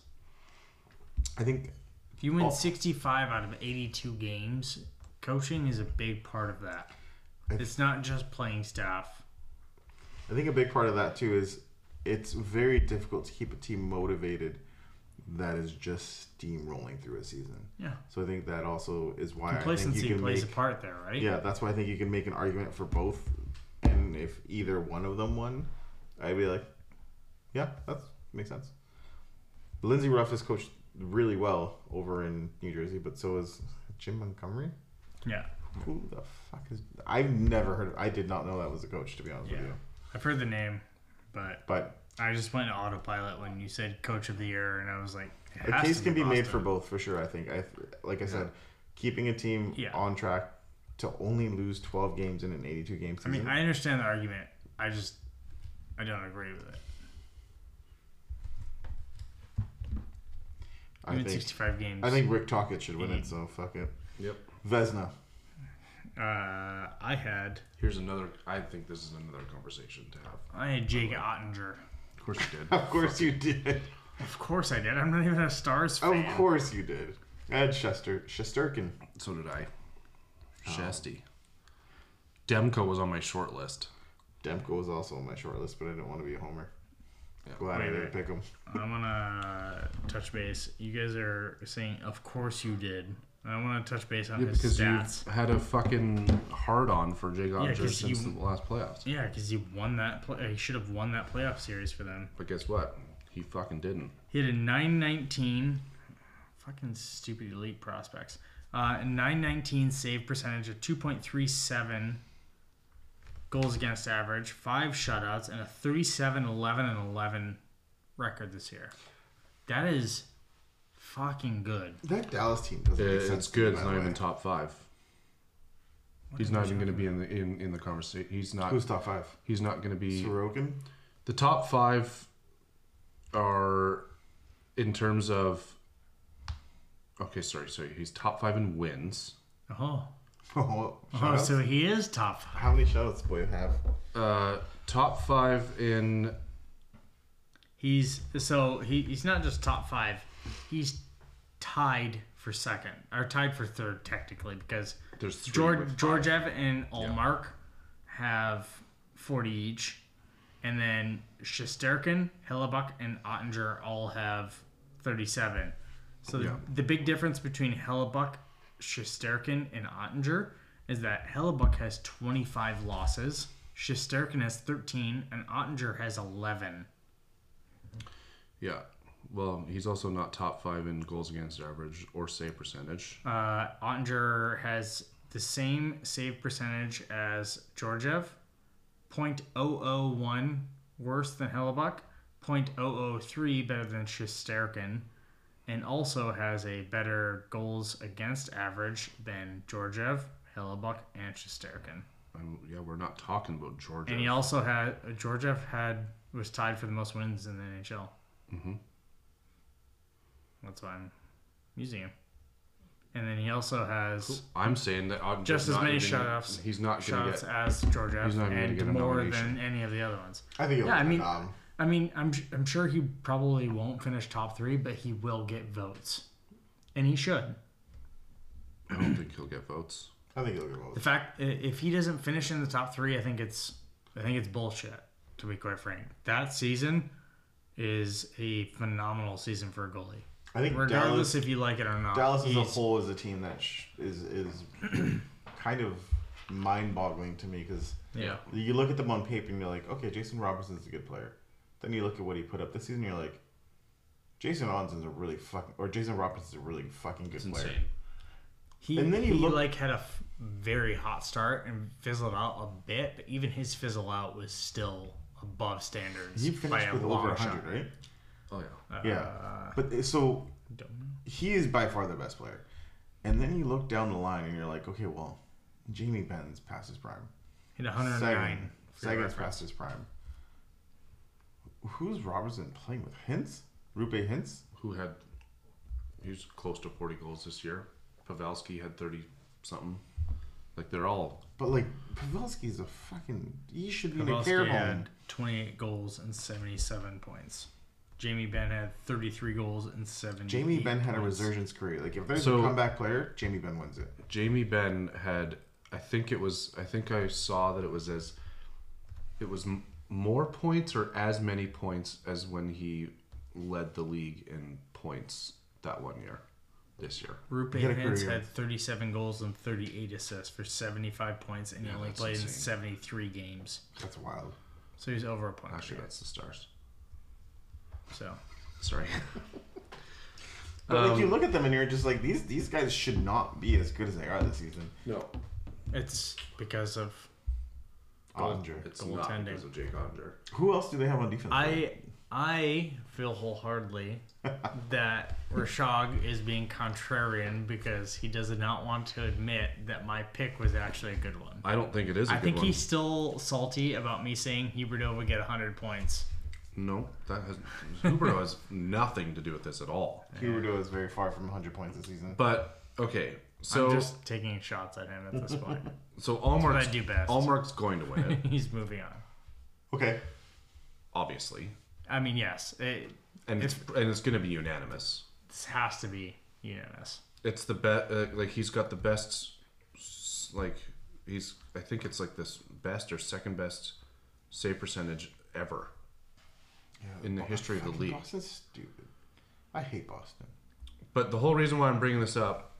S1: I think
S2: If you win
S1: Oh.
S2: 65 out of 82 games, coaching is a big part of that.
S1: I-
S2: It's not just playing staff.
S1: I think a big part of that too is it's very difficult to keep a team motivated that is just steamrolling through a season.
S2: Yeah.
S1: So I think that also is why I think you
S2: Complacency
S1: can
S2: plays
S1: make
S2: a part there, right?
S1: yeah, that's why I think you can make an argument for both. And if either one of them won, I'd be like, yeah, that makes sense. Lindsey Ruff has coached really well over in New Jersey, but so is Jim Montgomery.
S2: Yeah.
S1: Who the fuck is? I've never heard. Of, I did not know that was a coach, to be honest with
S2: Yeah.
S1: you.
S2: I've heard the name, but
S1: But
S2: I just went to autopilot when you said coach of the year, and I was like, it
S1: a
S2: has
S1: case
S2: to
S1: can be made
S2: Boston.
S1: for both, for sure. I think. I like I said, keeping a team
S2: Yeah.
S1: on track to only lose twelve games in an eighty-two game
S2: I
S1: season.
S2: mean, I understand the argument. I just, I don't agree with it. I,
S1: I
S2: mean,
S1: think.
S2: 65 games. Mm-hmm.
S1: I think Rick Tockett should win
S2: Eight.
S1: it. So fuck it.
S3: Yep.
S1: Vesna.
S2: Uh, I had,
S3: Here's another. I think this is another conversation to have.
S2: I had Jake Ottinger.
S3: Of course you did.
S1: Of course you did.
S2: Of course I did. I'm not even a Stars fan.
S1: Of course you did. Ed Shester Shesterkin.
S3: so did I.
S2: Oh.
S3: Shasty. Demko was on my short list.
S1: Demko was also on my short list, but I didn't want to be a homer.
S3: Yeah.
S1: Glad
S2: Wait,
S1: I didn't
S2: wait.
S1: pick him.
S2: I want to touch base. You guys are saying, of course you did. I want to touch base on
S3: Yeah,
S2: his
S3: because
S2: stats.
S3: you've had a fucking hard on for Jay Ottinger
S2: 'cause
S3: since
S2: you-
S3: the last playoffs.
S2: Yeah, because he won that. Play- he should have won that playoff series for them.
S3: But guess what? He fucking didn't.
S2: He had a 919. Fucking stupid elite prospects. Uh, 919 save percentage of 2.37 goals against average, five shutouts, and a 37 11 and 11 record this year. That is fucking good.
S1: That Dallas team doesn't make sense.
S3: it's
S1: to me,
S3: good. It's
S1: by the
S3: not
S1: way.
S3: even top five. he's not even going to be in the in, in the conversation. He's not.
S1: Who's top five?
S3: he's not going to be.
S1: Sorokin.
S3: The top five are in terms of. Okay, sorry, sorry. He's top five in wins.
S2: Oh,
S1: Oh,
S2: oh
S1: shoutouts?
S2: so he is top five.
S1: How many shoutouts will you have?
S3: Uh, top five in
S2: He's so he, he's not just top five. He's tied for second or tied for third technically because
S3: There's three
S2: George
S3: with five.
S2: Georgiev and Allmark have forty each, and then Shesterkin, Hellebuck, and Ottinger all have thirty-seven. So
S3: Yeah.
S2: the, the big difference between Hellebuck, Shesterkin, and Ottinger is that Hellebuck has twenty-five losses, Shesterkin has thirteen, and Ottinger has eleven.
S3: Yeah. Well, he's also not top five in goals against average or save percentage.
S2: Uh, Ottinger has the same save percentage as Georgiev, 0.001 worse than Hellebuck, 0.003 better than Shisterkin, and also has a better goals against average than Georgiev, Hellebuck, and Shisterkin.
S3: Um, yeah, we're not talking about Georgia.
S2: And he also had Georgiev had was tied for the most wins in the NHL. Mm-hmm. That's why I'm using him. And then he also has
S3: I'm saying that Ottinger's
S2: just as
S3: not
S2: many
S3: even-
S2: shutoffs,
S3: He's not going to
S2: shots
S3: get.
S2: as Georgiev,
S3: he's not even gonna
S2: and
S3: get a
S2: more
S3: nomination.
S2: than any of the other ones.
S1: I think. It'll
S2: Yeah, I
S1: be
S2: mean-
S1: Nam.
S2: I mean, I'm I'm sure he probably won't finish top three, but he will get votes, and he should.
S3: I don't think he'll get votes.
S1: I think it'll go
S2: The
S1: both.
S2: fact i- if he doesn't finish in the top three, I think it's I think it's bullshit. To be quite frank, that season is a phenomenal season for a goalie,
S1: I think
S2: regardless
S1: Dallas.
S2: if you like it or not.
S1: Dallas as a
S2: He's-
S1: whole is a team that sh- is is kind of mind-boggling to me because
S2: yeah.
S1: you look at them on paper and you're like, okay, Jason Robinson's a good player. Then you look at what he put up this season, you're like, Jason Robinson's a really fucking or Jason Robinson's a really fucking good player.
S2: He,
S1: And then you
S2: he
S1: look-
S2: like had a f- very hot start and fizzled out a bit, but even his fizzle out was still above standards.
S1: He
S2: by
S1: finished
S2: a
S1: with
S2: long
S1: over
S2: shot.
S1: 100, right?
S3: Oh
S2: Uh,
S3: yeah.
S1: yeah. But uh, so
S2: Don't know.
S1: he is by far the best player. And then you look down the line and you're like, okay, well, Jamie Ben's past his prime.
S2: Hit 109.
S1: Sagan,
S2: for your
S1: Sagan's
S2: reference.
S1: past his prime. Who's Robertson playing with? Hints? Rupe Hints?
S3: Who had? He's close to 40 goals this year. Pavelski had 30 something. Like they're all.
S1: But like Pavelski's a fucking he should be in a care
S2: Pavelski
S1: home.
S2: had 28 goals and 77 points. Jamie Benn had 33 goals and 70.
S1: Jamie Ben had a resurgence career. Like if there's
S3: So-
S1: a comeback player, Jamie Ben wins it.
S3: Jamie Ben had. I think it was. I think I saw that it was as. It was m- more points or as many points as when he led the league in points that one year. This year,
S2: Rupe
S1: He had a
S2: Hintz
S1: career.
S2: had 37 goals and 38 assists for 75 points, and he
S3: Yeah,
S2: only
S3: that's
S2: played in
S3: insane.
S2: 73 games.
S1: That's wild.
S2: So he's over a point. per
S3: actually,
S2: game.
S3: that's the stars.
S2: So
S3: Sorry.
S1: But like
S3: Um,
S1: you look at them and you're just like these these guys should not be as good as they are this season.
S3: No,
S2: it's because of.
S1: Ottinger.
S3: it's
S2: Goaltending.
S3: not because of Jake Onger.
S1: Who else do they have on defense?
S2: I I feel wholeheartedly that Rashog is being contrarian because he does not want to admit that my pick was actually a good one.
S3: I don't think it is. a
S2: I
S3: good
S2: think
S3: one.
S2: he's still salty about me saying Huberto would get 100 points.
S3: No, that has Huberto has nothing to do with this at all.
S1: Huberto is very far from 100 points this season.
S3: But okay, so
S2: I'm just taking shots at him at this point.
S3: so
S2: what
S3: Allmark's,
S2: I do best.
S3: Allmark's going to win it,
S2: he's moving on.
S1: Okay.
S3: obviously,
S2: I mean, yes, it
S3: and it's and it's going to be unanimous.
S2: this has to be unanimous.
S3: It's the best. Uh, like he's got the best. s- Like he's. I think it's like this best or second best save percentage ever. In the history of the
S1: Fucking
S3: league.
S1: Boston's stupid. I hate Boston.
S3: But the whole reason why I'm bringing this up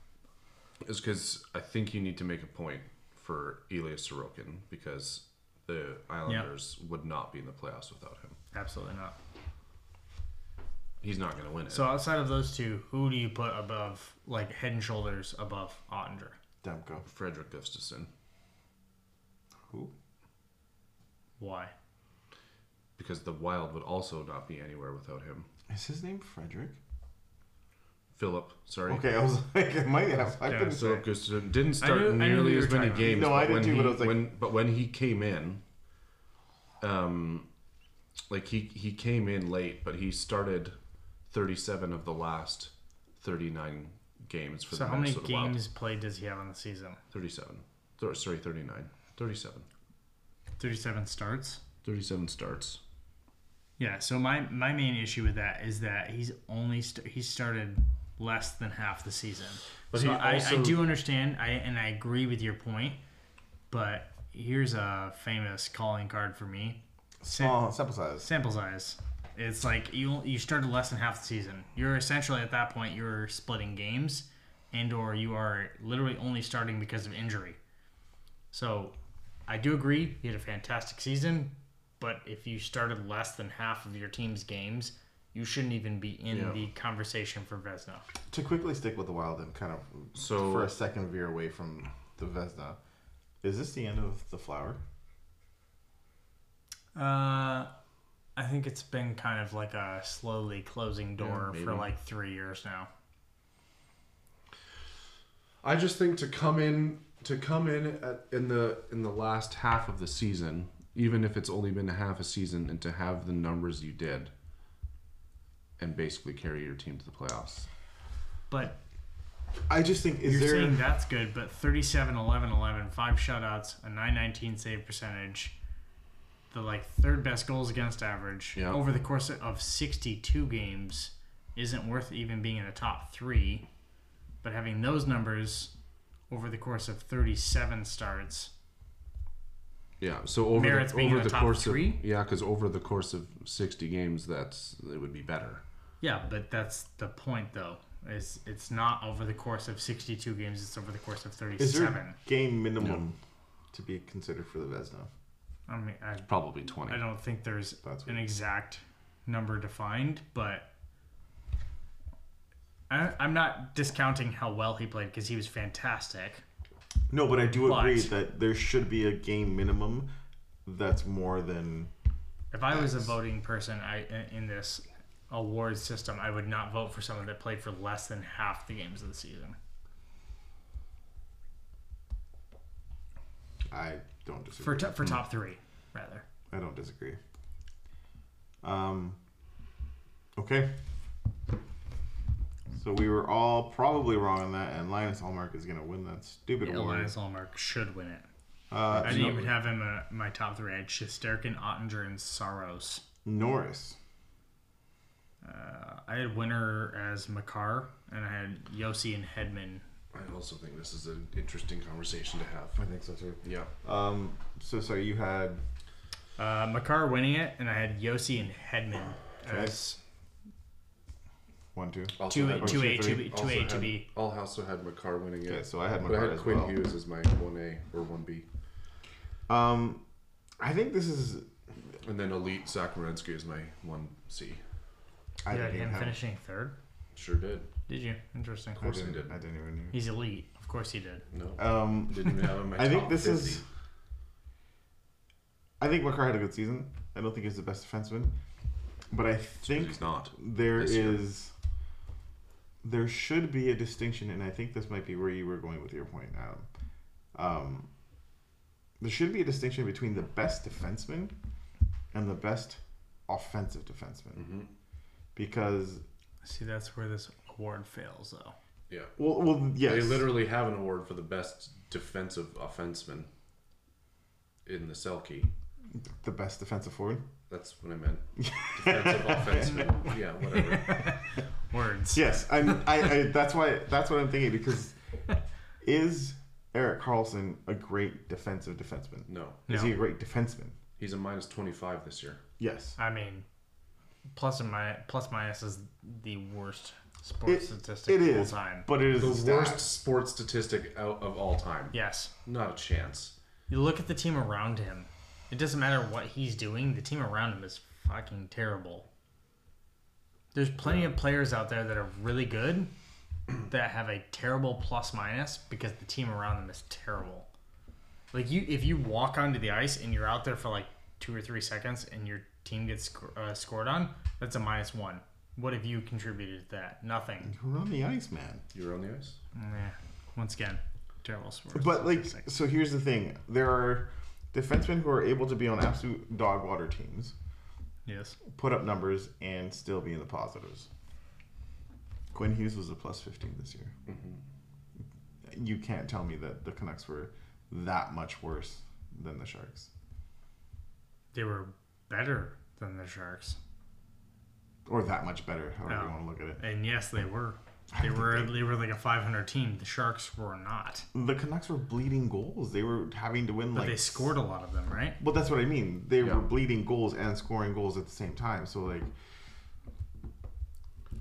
S3: is because I think you need to make a point for Ilya Sorokin because the Islanders would not be in the playoffs without him.
S2: Absolutely not.
S3: He's not going to win it.
S2: So outside of those two, who do you put above, like head and shoulders above Ottinger?
S1: Demko.
S3: Frederick Gustafson
S1: Who?
S2: Why?
S3: because the Wild would also not be anywhere without him.
S1: Is his name Frederick?
S3: Philip, sorry.
S1: Okay, I was like, it might have. I've been
S3: Philip Gustafson didn't
S2: I
S3: start
S2: knew- I knew
S3: nearly
S2: you were
S3: as many
S2: talking about-
S3: games.
S1: No,
S3: but
S1: I did
S3: when
S1: too,
S3: he,
S1: but I was like-
S3: when, but when he came in, um, like he he came in late, but he started thirty seven of the last thirty nine games for
S2: So
S3: the
S2: how many
S3: Minnesota Wild.
S2: games played does he have on the season?
S3: Thirty seven. Th- sorry, 39. 37.
S2: 37 starts.
S3: 37 starts.
S2: Yeah. So my my main issue with that is that he's only st- he started less than half the season.
S3: But
S2: so
S3: he
S2: I, I
S3: also-
S2: do understand. I and I agree with your point, but here's a famous calling card for me.
S1: small sample size.
S2: sample size. It's like you you started less than half the season. You're essentially at that point you're splitting games, and or you are literally only starting because of injury. So, I do agree he had a fantastic season, but if you started less than half of your team's games, you shouldn't even be in
S3: Yeah.
S2: the conversation for Vesna.
S1: To quickly stick with the Wild and kind of
S3: So-
S1: for a second veer away from the Vesna, is this the end of the flower?
S2: Uh, I think it's been kind of like a slowly closing door
S3: Yeah,
S2: for
S3: maybe.
S2: like three years now.
S3: I just think to come in to come in at, in the in the last half of the season, even if it's only been a half a season, and to have the numbers you did, and basically carry your team to the playoffs.
S2: But
S1: I just think is
S2: You're
S1: there
S2: saying that's good, but 37, 11, 11, five shutouts, a 919 save percentage, the like third best goals against average
S3: Yeah.
S2: over the course of 62 games isn't worth even being in the top three. But having those numbers over the course of 37 starts,
S3: Yeah. So over
S2: Merritt's
S3: the,
S2: being in
S3: over
S2: the
S3: the,
S2: top
S3: course
S2: three?
S3: of yeah, because over the course of sixty games, that's it would be better.
S2: yeah, but that's the point though. Is it's not over the course of 62 games, it's over the course of 37.
S1: is there game minimum to be considered for the Vesna?
S2: I mean, I
S3: Probably twenty.
S2: I don't think there's
S1: That's
S2: an
S1: what-
S2: exact number defined, but I, I'm not discounting how well he played because he was fantastic.
S1: No, but I do
S2: But-
S1: agree that there should be a game minimum that's more than
S2: If I was a voting person I, in- in this award system, I would not vote for someone that played for less than half the games of the season.
S1: I don't disagree.
S2: For, t- for top three, rather.
S1: I don't disagree. Um, okay. So we were all probably wrong on that, and Linus Hallmark is going to win that stupid
S2: Yeah,
S1: award.
S2: Elias Allmark should win it.
S1: Uh,
S2: I didn't even have him in my top three. I had Shisterkin, Ottinger, and Saros.
S1: Norris.
S2: Uh, I had winner as Makar, and I had Yossi and Hedman
S3: I also think this is an interesting conversation to
S1: I
S3: have.
S1: think so too.
S3: Yeah.
S1: Um, so sorry, you had
S2: Uh, Makar winning it, and I had Yossi and Hedman
S1: Okay.
S2: as
S1: One, two.
S3: Also
S2: Two,
S3: had-
S2: two
S1: two,
S2: A, two
S1: three.
S2: B, two
S3: also
S2: A, two
S3: had-
S2: B.
S3: All also had McCarr winning it.
S1: Okay, so I had
S3: But I
S1: McCarr
S3: had
S1: as
S3: Quinn
S1: well.
S3: Hughes as my 1A or 1B.
S1: Um, I think this is.
S3: And then Elite Zach Morensky is my 1C.
S1: I
S2: You had
S1: didn't even
S2: him
S1: have.
S2: finishing third.
S3: Sure did.
S2: Did you? Interesting.
S1: I
S3: course I
S1: didn't,
S3: did.
S1: I didn't even.
S2: He's elite. Of course he did.
S3: No.
S1: Um,
S3: Didn't even have him in my
S1: I think
S3: top
S1: this
S3: 50.
S1: is. I think McCarr had a good season. I don't think he's the best defenseman, but I think
S3: He's not.
S1: there
S3: this
S1: is
S3: year.
S1: there should be a distinction and i think this might be where you were going with your point adam um, there should be a distinction between the best defenseman and the best offensive defenseman
S3: Mhm.
S1: because
S2: See, that's where this award fails, though.
S3: Yeah.
S1: well, well yes
S3: They literally have an award for the best defensive offenseman in the Selkie.
S1: the best defensive forward
S3: That's what I meant. Defensive offenseman. Yeah, whatever.
S2: Words.
S1: yes I'm, I, I that's why that's what i'm thinking because is eric carlson a great defensive defenseman
S3: No.
S1: is
S2: No.
S1: he a great defenseman
S3: He's a minus 25 this year.
S1: yes
S2: I mean, plus and minus, plus minus is the worst sports
S1: It-
S2: statistic
S1: it
S2: of
S1: is
S2: all time.
S1: but it is
S3: The
S1: a stat.
S3: worst sports statistic out of all time.
S2: Yes.
S3: Not a chance.
S2: You look at the team around him. It doesn't matter what he's doing. The team around him is fucking terrible. There's plenty of players out there that are really good that have a terrible plus minus because the team around them is terrible. Like you, if you walk onto the ice and you're out there for like two or three seconds and your team gets sc- uh, scored on, that's a minus one. What have you contributed to that? Nothing.
S1: Who on the ice, man?
S3: You were on the ice?
S2: Nah. Once again, terrible sports.
S1: But like,
S2: statistic.
S1: so here's the thing: there are defensemen who are able to be on absolute dog water teams,
S2: yes,
S1: put up numbers, and still be in the positives. Quinn Hughes was a plus fifteen this year.
S2: Mm-hmm.
S1: You can't tell me that the Canucks were that much worse than the Sharks.
S2: they were better than the Sharks.
S1: Or that much better, however you
S2: No.
S1: want to look at it.
S2: And yes, they were. They were they were like a 500 team. The Sharks were not,
S1: The Canucks were bleeding goals. They were having to win
S2: but
S1: like
S2: they scored a lot of them, right?
S1: Well, that's what I mean. They
S3: Yeah.
S1: were bleeding goals and scoring goals at the same time. So like,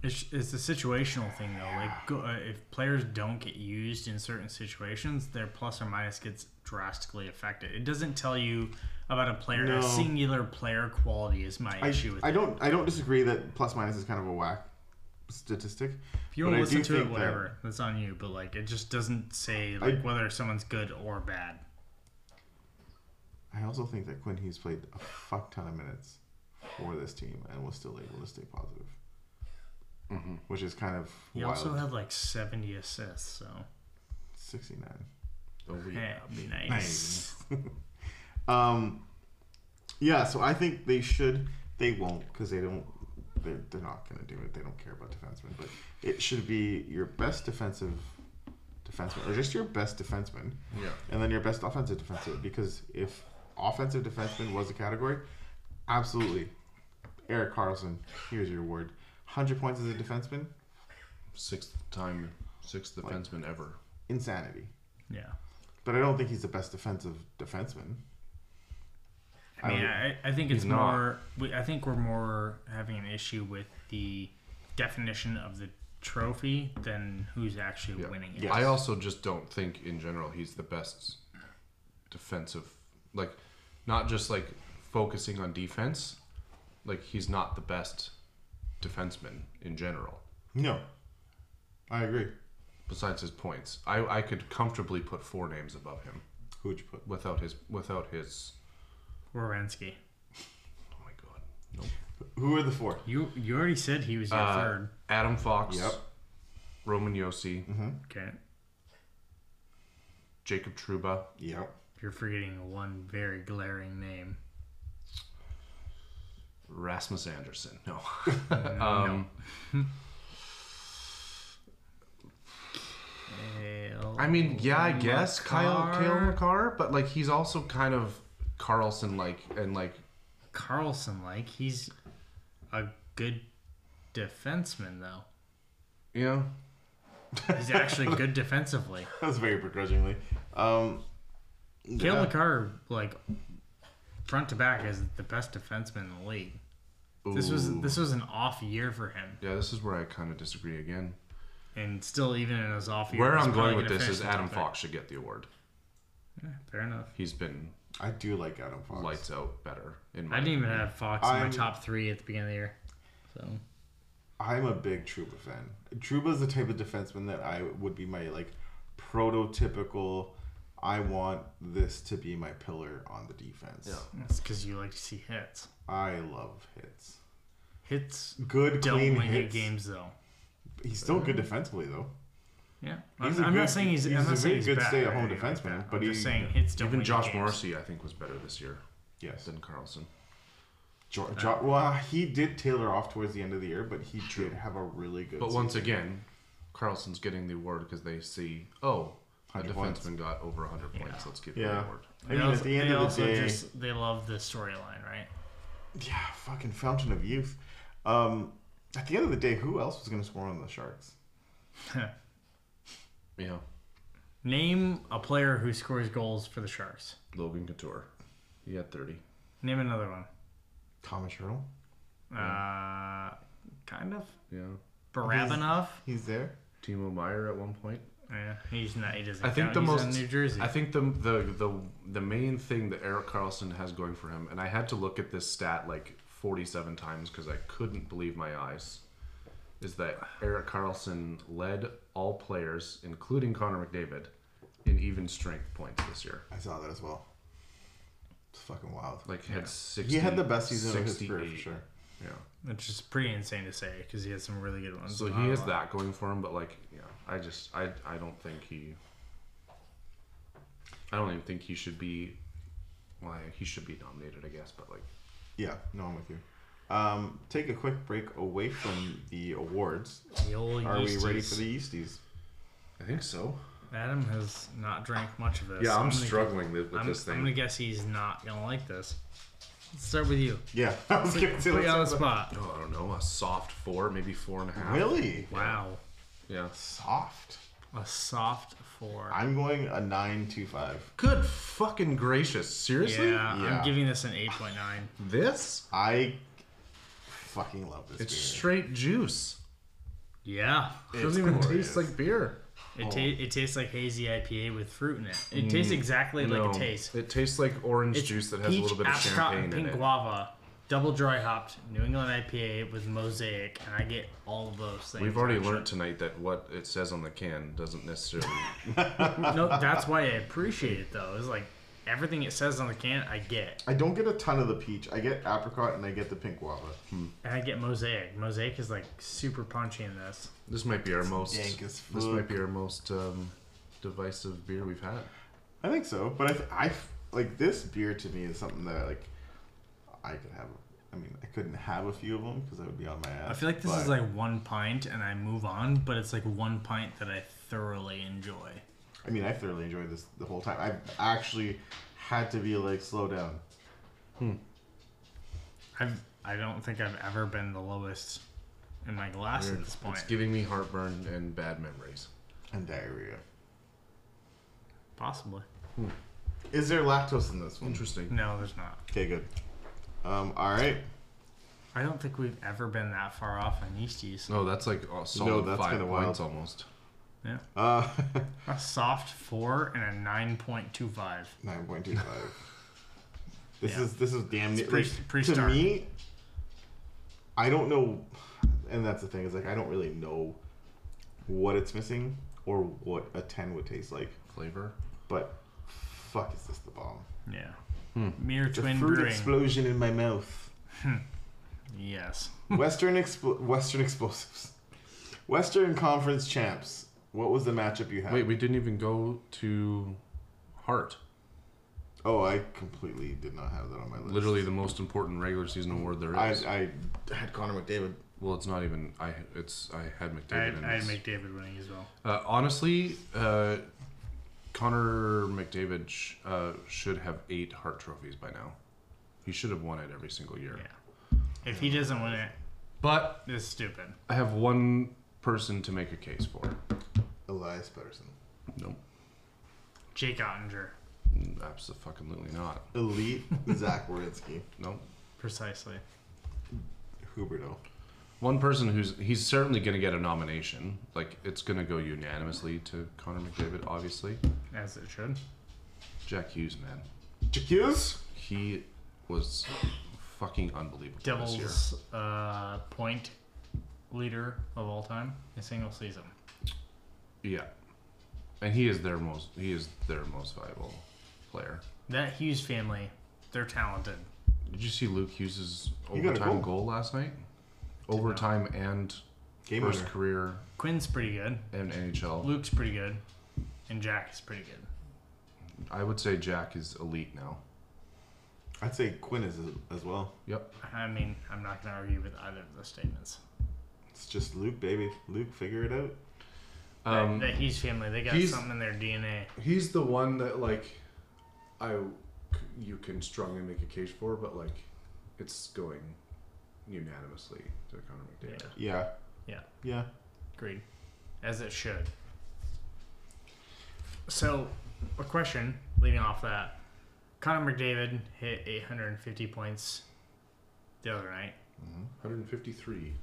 S2: It's it's a situational thing though. Like go, uh, if players don't get used in certain situations, their plus or minus gets drastically affected. It doesn't tell you about a player.
S1: No.
S2: A singular player quality is my
S1: I,
S2: issue with
S1: I
S2: it.
S1: don't I don't disagree that plus minus is kind of a whack statistic.
S2: If you want
S1: but I
S2: to listen
S1: do
S2: to it,
S1: think that-
S2: whatever, that's on you. But like, it just doesn't say like whether someone's good or bad.
S1: I also think that Quinn Hughes played a fuck ton of minutes for this team and was still able to stay positive, which is kind of
S2: He
S1: wild.
S2: also had like 70 assists, so
S1: Sixty nine.
S3: Don't we-
S2: yeah, it'd be nice.
S1: Nice. um, yeah. So I think they should. They won't because they don't. They're, they're not going to do it. They don't care about defensemen. But it should be your best defensive defenseman, or just your best defenseman.
S3: Yeah.
S1: and then your best offensive defensive because if offensive defenseman was a category, absolutely, Eric Carlson. Here's your award: hundred points as a defenseman,
S3: Sixth time, sixth defenseman ever.
S1: insanity.
S2: Yeah.
S1: But I don't think he's the best defensive defenseman.
S2: I mean,
S1: would-
S2: I, I think it's
S3: He's not.
S2: more. We, I think we're more having an issue with the definition of the trophy than who's actually
S3: Yeah.
S2: winning it.
S1: Yes.
S3: I also just don't think in general he's the best defensive like not just like focusing on defense, like he's not the best defenseman in general.
S1: no, I agree.
S3: Besides his points. I, I could comfortably put four names above him
S1: Who'd you put?
S3: without his without his
S2: Wierenski.
S3: oh my god. Nope.
S1: Who are the four?
S2: You you already said he was your
S3: Uh,
S2: third.
S3: Adam Fox.
S1: Yep. Mm-hmm.
S3: Roman Yossi,
S2: Okay,
S3: Jacob Truba,
S1: Yep.
S2: you're forgetting one very glaring name.
S3: Rasmus Anderson. No. Um,
S2: Kale
S3: I mean, yeah, I guess Kyle Kale
S2: McCarr.
S3: McCarr, but like he's also kind of Carlson like and like
S2: Carlson, like he's a good defenseman though.
S3: you know
S2: He's actually good defensively.
S1: That's very begrudgingly. Um,
S2: Kale
S1: yeah.
S2: McCarr, like front to back, is the best defenseman in the league. This was
S3: Ooh.
S2: this was an off year for him,
S3: Yeah, this is where I kind of disagree again.
S2: and still even in his off year.
S3: Where
S2: he's
S3: I'm
S2: probably
S3: going with
S2: gonna
S3: this
S2: finish
S3: is
S2: the
S3: Adam
S2: top
S3: Fox should get the award.
S2: three. Yeah, fair enough.
S3: He's been
S1: I do like Adam Fox.
S3: lights out better in my
S2: I didn't even have Fox in my
S1: I'm-
S2: top three at the beginning of the year. So
S1: I'm a big Truba fan. Truba's the type of defenseman that I would be my like prototypical. I want this to be my pillar on the defense.
S3: Yeah.
S2: that's because you like to see hits.
S1: I love hits.
S2: Hits
S1: Good
S2: don't
S1: clean
S2: win you
S1: hits.
S2: games though.
S1: He's still good defensively though.
S2: Yeah,
S1: He's
S2: I'm,
S1: a
S2: I'm
S1: good-
S2: not saying he's.
S1: he's
S2: I'm
S1: a
S2: not saying
S1: very
S2: he's
S1: good
S2: bad or
S1: stay-at-home
S2: anything like
S1: defenseman,
S2: that.
S1: but
S2: I'm just
S1: he-
S2: saying hits don't
S3: Even
S2: win you
S3: Josh
S2: games.
S3: Morrissey, I think, was better this year
S1: Yes.
S3: than Carlson.
S1: Jo- Jo- well, he did tailor off towards the end of the year, but he did have a really good.
S3: But
S1: season.
S3: once again, Carlson's getting the award because they see, oh, a
S1: 100 points.
S3: defenseman got over 100 points. Let's give him
S1: Yeah.
S3: the award.
S1: I
S2: They
S1: mean,
S2: also,
S1: at the end
S2: they
S1: of the
S2: also
S1: day,
S2: just they love the storyline, right?
S1: yeah, fucking fountain of youth. Um, at the end of the day, who else was going to score on the Sharks?
S3: Yeah,
S2: Name a player who scores goals for the Sharks.
S3: Logan Couture. He had 30.
S2: Name another one.
S1: Thomas Hurdle.
S2: Uh, kind of
S3: Yeah.
S2: Barabinov.
S1: He's there.
S3: Timo Meyer at one point.
S2: Yeah, he's not. He doesn't.
S3: I think
S2: count.
S3: the
S2: He's
S3: most
S2: in New Jersey.
S3: I think the, the the the main thing that Eric Carlson has going for him, and I had to look at this stat like 47 times because I couldn't believe my eyes, is that Eric Carlson led all players, including Connor McDavid, in even strength points this year.
S1: I saw that as well. It's fucking wild.
S3: Like had 60.
S1: he had the best season of his career for
S3: 68.
S1: sure.
S3: Yeah.
S2: which is pretty insane to say because he had some really good ones.
S3: So he has that going for him, but like, yeah, I just I I don't think he. I don't even think he should be. Why he should be nominated, I guess, but like.
S1: Yeah, no, I'm with you. Um, take a quick break away from the awards.
S2: The old
S1: Are we ready
S2: yeasties.
S1: for the Yeasties?
S3: I think so.
S2: Adam has not drank much of this.
S3: Yeah, I'm,
S2: gonna-
S3: struggling with, with
S2: I'm,
S3: this thing.
S2: I'm gonna guess he's not gonna like this. Let's start with you.
S1: Yeah, I was gonna say
S2: Put you on the
S1: let's-
S2: spot.
S3: Oh, I don't know, a soft four, maybe four and a half.
S1: Really
S2: Wow,
S3: Yeah.
S1: soft.
S2: a soft four.
S1: I'm going a nine two five.
S3: Good fucking gracious! Seriously?
S2: yeah,
S1: Yeah.
S2: I'm giving this an 8.9.
S3: This?
S1: I fucking love this
S3: It's
S1: beer.
S3: straight juice.
S2: Yeah,
S3: It doesn't even
S1: glorious.
S3: taste like beer.
S2: it, ta- it tastes like hazy IPA with fruit in it. It tastes exactly like it tastes.
S3: Mm. It tastes like orange
S2: It's
S3: juice that has a
S2: peach,
S3: little bit of
S2: apricot,
S3: champagne
S2: and
S3: in
S2: pink
S3: it.
S2: guava, double dry hopped New England IPA with mosaic, and I get all of those things.
S3: We've already
S2: actually.
S3: learned tonight that what it says on the can doesn't necessarily.
S2: no, that's why I appreciate it though. It's like everything it says on the can, I get,
S1: I don't get a ton of the peach. I get apricot and I get the pink guava.
S2: and I get mosaic. Mosaic is like super punchy in this.
S3: this might be our most.
S1: dank as
S3: This
S1: fuck.
S3: might be our most um, divisive beer we've had.
S1: I think so, but I, th- I f- like this beer to me is something that like I could have. I mean, I couldn't have a few of them because I would be on my ass.
S2: I feel like this is
S1: but
S2: like one pint, and I move on, but it's like one pint that I thoroughly enjoy.
S1: I mean, I thoroughly enjoyed this the whole time. I've actually had to be like, slow down.
S2: I've I don't think I've ever been the lowest in my glass
S3: Weird.
S2: at this point.
S3: It's giving me heartburn and bad memories.
S1: And diarrhea.
S2: Possibly.
S1: Is there lactose in this one?
S3: Interesting.
S2: No, there's not.
S1: Okay, good. Um, all right.
S2: I don't think we've ever been that far off on yeasties.
S3: No, Oh, that's like a solid
S1: that's
S3: five
S1: kinda
S3: points
S1: wild.
S3: almost.
S2: Yeah.
S1: Uh,
S2: A soft four and a nine point two five.
S1: nine point two five. This
S2: Yeah.
S1: is this is damn near
S2: pre-
S1: like,
S2: pre-
S1: to
S2: start.
S1: me. I don't know, and that's the thing is like I don't really know what it's missing or what a ten would taste like,
S3: Flavor.
S1: but fuck, is this the bomb?
S2: Yeah. Mere
S1: The
S2: Twin
S1: fruit
S2: Brewing.
S1: explosion in my mouth.
S2: yes.
S1: Western expl- Western explosives. Western Conference champs. What was the matchup you had?
S3: Wait, we didn't even go to Hart.
S1: oh, I completely did not have that on my list.
S3: Literally the most important regular season award there
S1: I,
S3: is.
S1: I had Connor McDavid.
S3: well, it's not even. I it's I had
S2: I
S3: McDavid.
S2: had,
S3: in
S2: I had
S3: this.
S2: McDavid winning as well.
S3: uh, honestly, uh, Connor McDavid sh- uh, should have eight Hart trophies by now. He should have won it every single year.
S2: Yeah. If he doesn't win it,
S3: But
S2: it's stupid.
S3: I have one person to make a case for.
S1: Elias Pettersson.
S3: Nope.
S2: Jake Ottinger.
S3: Absolutely not.
S1: Elite Zach Wierenski.
S3: Nope.
S2: Precisely.
S1: Huberto.
S3: One person who's he's certainly going to get a nomination. Like it's going to go unanimously to Connor McDavid, obviously.
S2: as it should.
S3: Jack Hughes, man,
S1: Jacques?
S3: he was fucking unbelievable this year.
S2: Devils uh, point leader of all time, a single season.
S3: Yeah, and he is their most he is their most viable player.
S2: That Hughes family, they're talented.
S3: Did you see Luke Hughes's
S1: He got a
S3: overtime goal.
S1: goal.
S3: last night?
S2: not.
S3: Overtime and
S1: Game
S3: first
S1: winner.
S3: career
S2: Quinn's pretty good.
S3: in NHL.
S2: Luke's pretty good. And Jack is pretty good.
S3: I would say Jack is elite now.
S1: I'd say Quinn is as- as well.
S3: Yep.
S2: I mean, I'm not going to argue with either of those statements.
S1: It's just Luke, baby. Luke, figure it out.
S3: Um,
S2: that, that Hughes family, they got
S3: he's-
S2: something in their DNA.
S3: he's the one that like I you can strongly make a case for, but like it's going unanimously to Connor
S2: Yeah,
S1: Yeah.
S2: Yeah.
S1: Yeah.
S2: agreed. As it should. So, a question leading off that. Connor McDavid hit 850 points the other night.
S3: 153.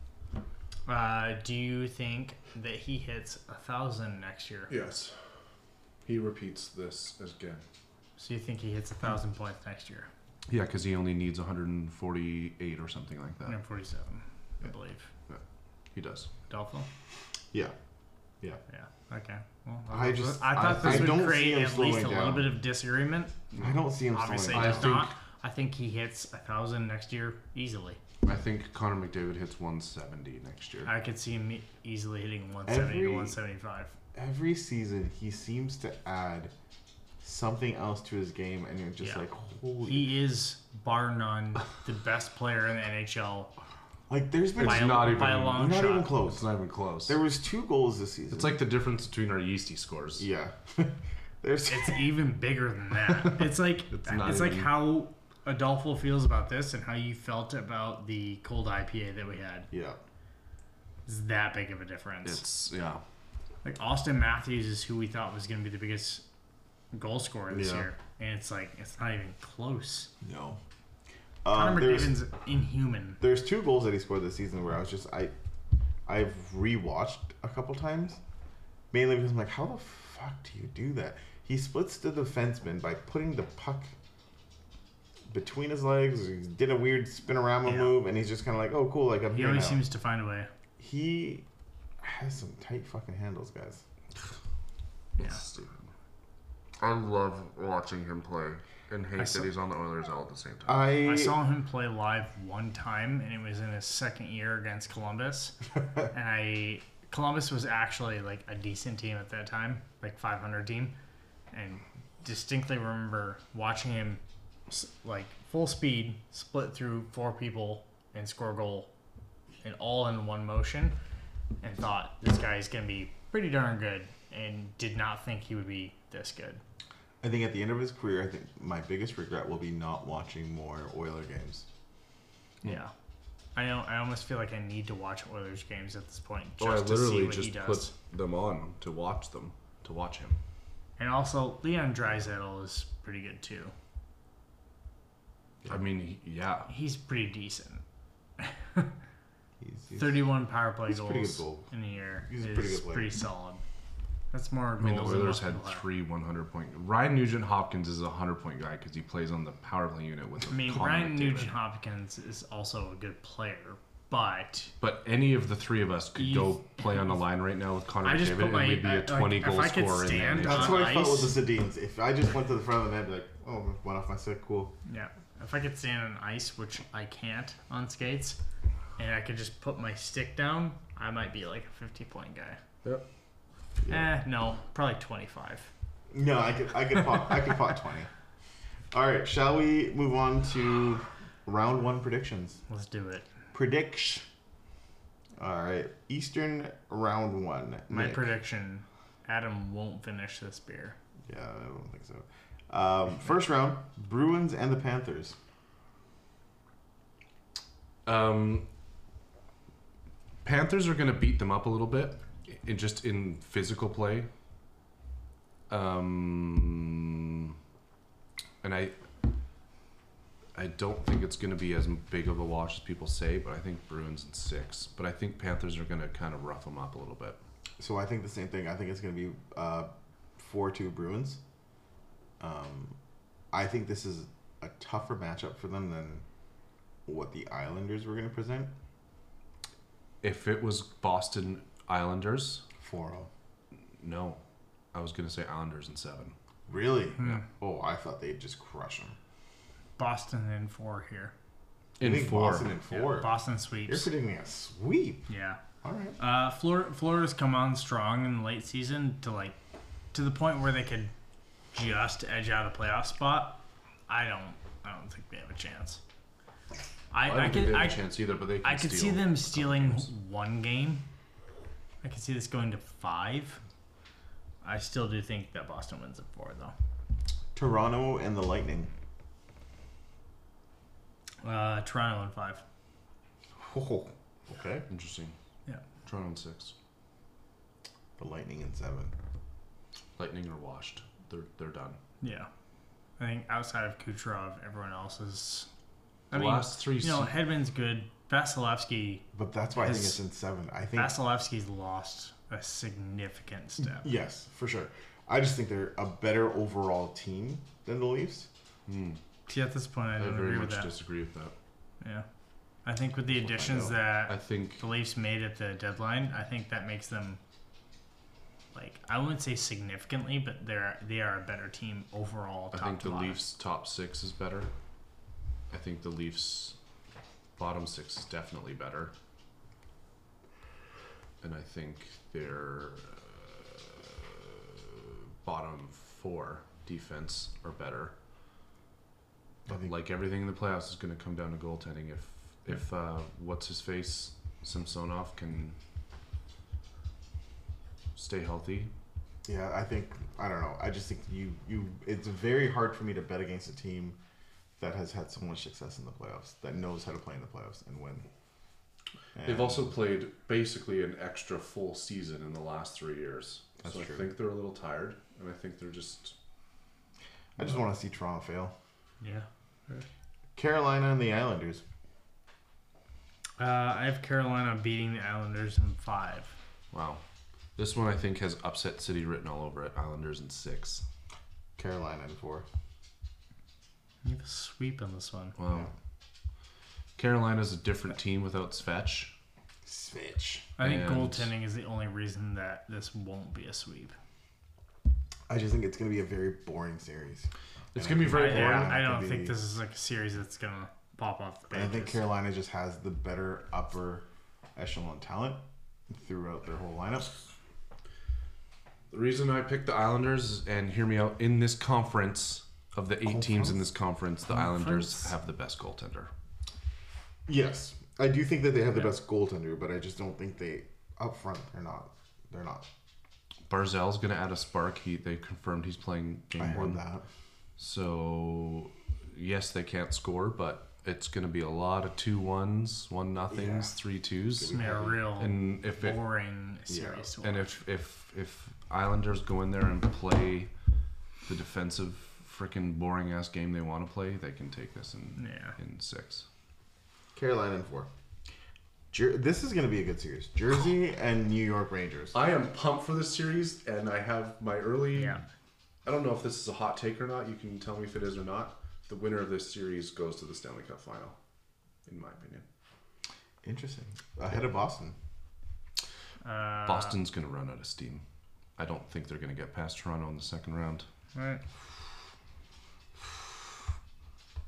S2: Uh, do you think that he hits a thousand next year?
S3: Yes. He repeats this again.
S2: So you think he hits a thousand points next year?
S3: Yeah, because he only needs 148 or something like that.
S2: 147, I
S3: Yeah.
S2: believe.
S3: He does.
S2: Dolphin?
S1: Yeah.
S2: Yeah. Okay. Well,
S1: I just-
S2: I thought
S1: I-
S2: this
S1: I
S2: would
S1: don't see
S2: create
S1: him
S2: at least
S1: slowing
S2: a little
S1: down.
S2: bit of disagreement.
S1: I don't see him
S2: Obviously,
S1: slowing
S3: I
S2: does
S1: down.
S3: think-
S2: not. I think he hits a thousand next year easily.
S3: I think Connor McDavid hits 170 next year.
S2: I could see him e- easily hitting 170 to
S1: Every-
S2: 175.
S1: Every season, he seems to add something else to his game, and you're just
S2: Yeah.
S1: like, holy.
S2: He is bar none the best player in the NHL
S1: like, there's been.
S2: by, a-
S3: not even-
S2: by a
S1: we're
S2: long
S1: not
S2: shot.
S1: even
S3: It's
S1: close.
S3: not even close.
S1: There was two goals this season.
S3: It's like the difference between our yeasty scores.
S1: Yeah. there's.
S2: It's even bigger than that. It's like it's,
S3: It's not
S2: like
S3: even-
S2: how Adolfo feels about this and how you felt about the cold IPA that we had.
S1: Yeah.
S2: It's that big of a difference.
S3: It's yeah.
S2: like Austin Matthews is who we thought was going to be the biggest goal scorer this
S3: Yeah.
S2: year, and it's like it's not even close.
S1: No.
S2: Connor
S1: Um, there's,
S2: McDavid's inhuman.
S1: there's two goals that he scored this season where I was just I, I've rewatched a couple times, mainly because I'm like, how the fuck do you do that? He splits the defenseman by putting the puck between his legs. He did a weird spinorama
S2: Yeah.
S1: move, and he's just kind of like, oh cool, like I'm
S2: He
S1: here now.
S2: always seems to find a way.
S1: he has some tight fucking handles, guys.
S2: Yeah.
S3: stupid. I love watching him play and hate
S2: I saw-
S3: that he's on the Oilers all at the same time.
S1: I,
S2: I saw him play live one time, and it was in his second year against Columbus. and I, Columbus was actually like a decent team at that time, like 500 team, and distinctly remember watching him s- like full speed split through four people and score a goal, and all in one motion, and thought this guy is gonna be pretty darn good, and did not think he would be this good.
S1: I think at the end of his career, I think my biggest regret will be not watching more Oiler games.
S2: Yeah. I know, I almost feel like I need to watch Oilers games at this point just
S3: or I
S2: to see
S3: literally
S2: what he
S3: just
S2: does.
S3: put them on to watch them to watch him.
S2: And also, Leon Draisaitl is pretty good too.
S3: I mean, he- yeah,
S2: He's pretty decent.
S1: He's, he's-
S2: Thirty-one power play
S1: he's a pretty
S2: goals
S1: good goal.
S2: in a year
S1: He's a
S2: is
S1: pretty
S2: pretty,
S1: good player.
S2: solid. That's more
S3: I mean, the
S2: goals than
S3: Oilers
S2: most
S3: had
S2: people have.
S3: three 100 point. Ryan Nugent Hopkins is a 100 point guy because he plays on the power play unit with.
S2: I mean,
S3: Connor
S2: Ryan
S3: McDavid.
S2: Nugent Hopkins is also a good player, but
S3: But any of the three of us could
S2: You-
S3: go play on the line right now with Connor
S2: I just
S3: McDavid,
S2: put my-
S3: and we'd be
S2: I-
S3: a
S2: like,
S3: 20
S2: if
S3: goal
S2: I could
S3: scorer in the
S2: stand
S3: NHL.
S1: That's
S2: on
S1: what I felt
S2: ice.
S1: with the Sedines. If I just went to the front of the net, I'd be like, oh, one off my stick, cool.
S2: yeah, if I could stand on ice, which I can't on skates, and I could just put my stick down, I might be like a fifty-point guy.
S3: Yep.
S2: Eh, no, probably twenty-five.
S1: No, I could, I could pot, I could pot twenty. All right, shall we move on to round one predictions?
S2: Let's do it.
S1: Prediction. All right, Eastern round one.
S2: My
S1: Nick.
S2: prediction: Adam won't finish this beer.
S1: Yeah, I don't think so. Um, first round, Bruins and the Panthers.
S3: Um, Panthers are going to beat them up a little bit, in just in physical play. Um, and I, I don't think it's going to be as big of a wash as people say, but I think Bruins in six. But I think Panthers are going to kind of rough them up a little bit.
S1: So I think the same thing. I think it's going to be uh, four two Bruins. Um, I think this is a tougher matchup for them than what the Islanders were going to present.
S3: If it was Boston Islanders,
S1: Four oh. zero.
S3: no, I was going to say Islanders in seven.
S1: Really? Oh, I thought they'd just crush them.
S2: Boston in four here.
S3: In
S1: think
S3: four,
S1: Boston in
S2: Yeah,
S1: four.
S2: Boston
S1: You're
S2: sweeps.
S1: predicting a sweep.
S2: Yeah.
S1: All right.
S2: Uh, Flor- Florida's come on strong in the late season to like to the point where they could just edge out a playoff spot. I don't. I don't think they have a chance. I,
S3: I
S2: I,
S3: don't think
S2: could.
S3: they have
S2: I,
S3: a chance either, but they. Can
S2: I could see
S3: steal.
S2: them stealing one game. I could see this going to five. I still do think that Boston wins at four, though.
S1: Toronto and the Lightning.
S2: Uh, Toronto in five.
S1: Oh,
S3: Okay, interesting.
S2: Yeah.
S3: Toronto in six.
S1: the Lightning in seven.
S3: Lightning are washed. They're they're done.
S2: Yeah. I think outside of Kucherov, everyone else is. I
S3: The
S2: mean,
S3: last three.
S2: you know,
S3: se-
S2: Hedman's good. Vasilevsky.
S1: But that's why I think
S2: Yes.
S1: it's in seven. I think
S2: Vasilevsky's lost a significant step.
S1: yes, for sure. I just think they're a better overall team than the Leafs.
S2: See, at this point, I
S3: I
S2: don't
S3: very
S2: agree with
S3: much
S2: that.
S3: disagree with that.
S2: Yeah. I think with the additions
S1: know.
S2: that
S3: I think
S2: the Leafs made at the deadline, I think that makes them like I wouldn't say significantly, but they're they are a better team overall.
S3: I
S2: top
S3: think
S2: to
S3: the
S2: bottom.
S3: Leafs top six is better. I think the Leafs bottom six is definitely better. And I think their uh, bottom four defense are better.
S1: I
S3: But
S1: think-
S3: like everything in the playoffs is going to come down to goaltending. If if uh, what's his face Simpsonov can stay healthy,
S1: Yeah, I think I don't know. I just think you you. It's very hard for me to bet against a team that has had so much success in the playoffs that knows how to play in the playoffs and win.
S3: They've
S1: And-
S3: also played basically an extra full season in the last three years.
S1: That's
S3: so
S1: true.
S3: I think they're a little tired, and I think they're just.
S1: I just want to see Toronto fail.
S2: Yeah.
S1: Carolina and the Islanders.
S2: Uh, I have Carolina beating the Islanders in five.
S3: Wow. This one I think has upset city written all over it. Islanders in six.
S1: Carolina in four.
S2: You have a sweep on this one.
S3: Wow. Carolina's a different team without Svetch.
S1: Switch.
S2: I think
S3: And-
S2: goaltending is the only reason that this won't be a sweep.
S1: I just think it's gonna be a very boring series.
S3: It's
S1: And
S3: gonna
S1: I
S3: be
S2: I,
S3: very
S1: think
S3: boring.
S1: Carolina
S2: I
S1: could
S2: don't
S1: be-
S2: think this is like a series that's gonna pop off the
S1: And
S2: pages.
S1: I think Carolina just has the better upper echelon talent throughout their whole lineup.
S3: The reason I picked the Islanders, and hear me out, in this conference, of the eight teams in this conference, the Islanders
S2: Conference?
S3: have the best goaltender.
S1: Yes, I do think that they have the best goaltender, but I just don't think they up front. They're not. They're not.
S3: Barzell's going to add a spark. He They confirmed he's playing game
S1: I
S3: one.
S1: heard that.
S3: So yes, they can't score, but it's going to be a lot of two ones, one nothings,
S1: Yeah.
S3: three twos,
S2: They're a real
S3: and if it
S2: boring series. to
S3: and
S2: watch.
S3: if if if Islanders go in there and play the defensive freaking boring ass game they want to play, they can take this in
S2: yeah.
S3: in six.
S1: Carolina in four. Jer- this is going to be a good series. Jersey and New York Rangers.
S3: I am pumped for this series, and I have my early.
S2: Yeah.
S3: I don't know if this is a hot take or not. You can tell me if it is or not. The winner of this series goes to the Stanley Cup final, in my opinion.
S1: Interesting. Ahead of Boston.
S2: Uh,
S3: Boston's going to run out of steam. I don't think they're going to get past Toronto in the second round.
S2: Right.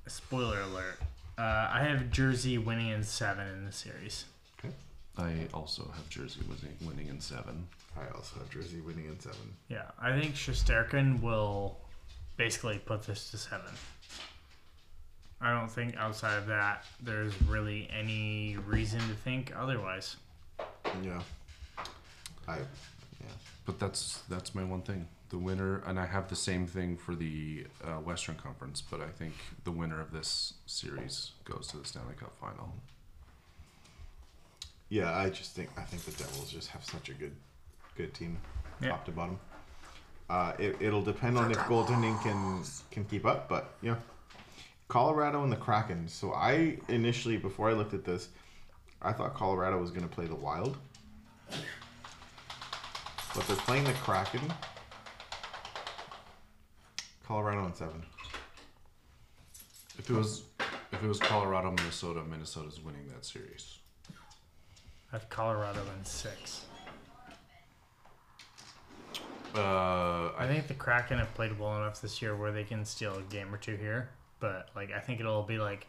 S2: Spoiler alert. Uh, I have Jersey winning in seven in the series.
S1: Okay.
S3: I also have Jersey winning, winning in seven.
S1: I also have Jersey winning in seven.
S2: Yeah, I think Shostakin will basically put this to seven. I don't think outside of that, there's really any reason to think otherwise.
S1: Yeah. I. Yeah.
S3: But that's that's my one thing. The winner, and I have the same thing for the uh, Western Conference. But I think the winner of this series goes to the Stanley Cup final.
S1: Yeah. I just think I think the Devils just have such a good, good team,
S2: Yeah.
S1: top to bottom. Uh, it, it'll depend on if goaltending can can keep up, but yeah. Colorado and the Kraken. So I initially, before I looked at this, I thought Colorado was going to play the Wild, but they're playing the Kraken. Colorado in seven.
S3: If it was if it was Colorado, Minnesota, Minnesota's winning that series.
S2: I have Colorado in six.
S3: Uh,
S2: I
S3: I,
S2: think the Kraken have played well enough this year where they can steal a game or two here. But like, I think it'll be like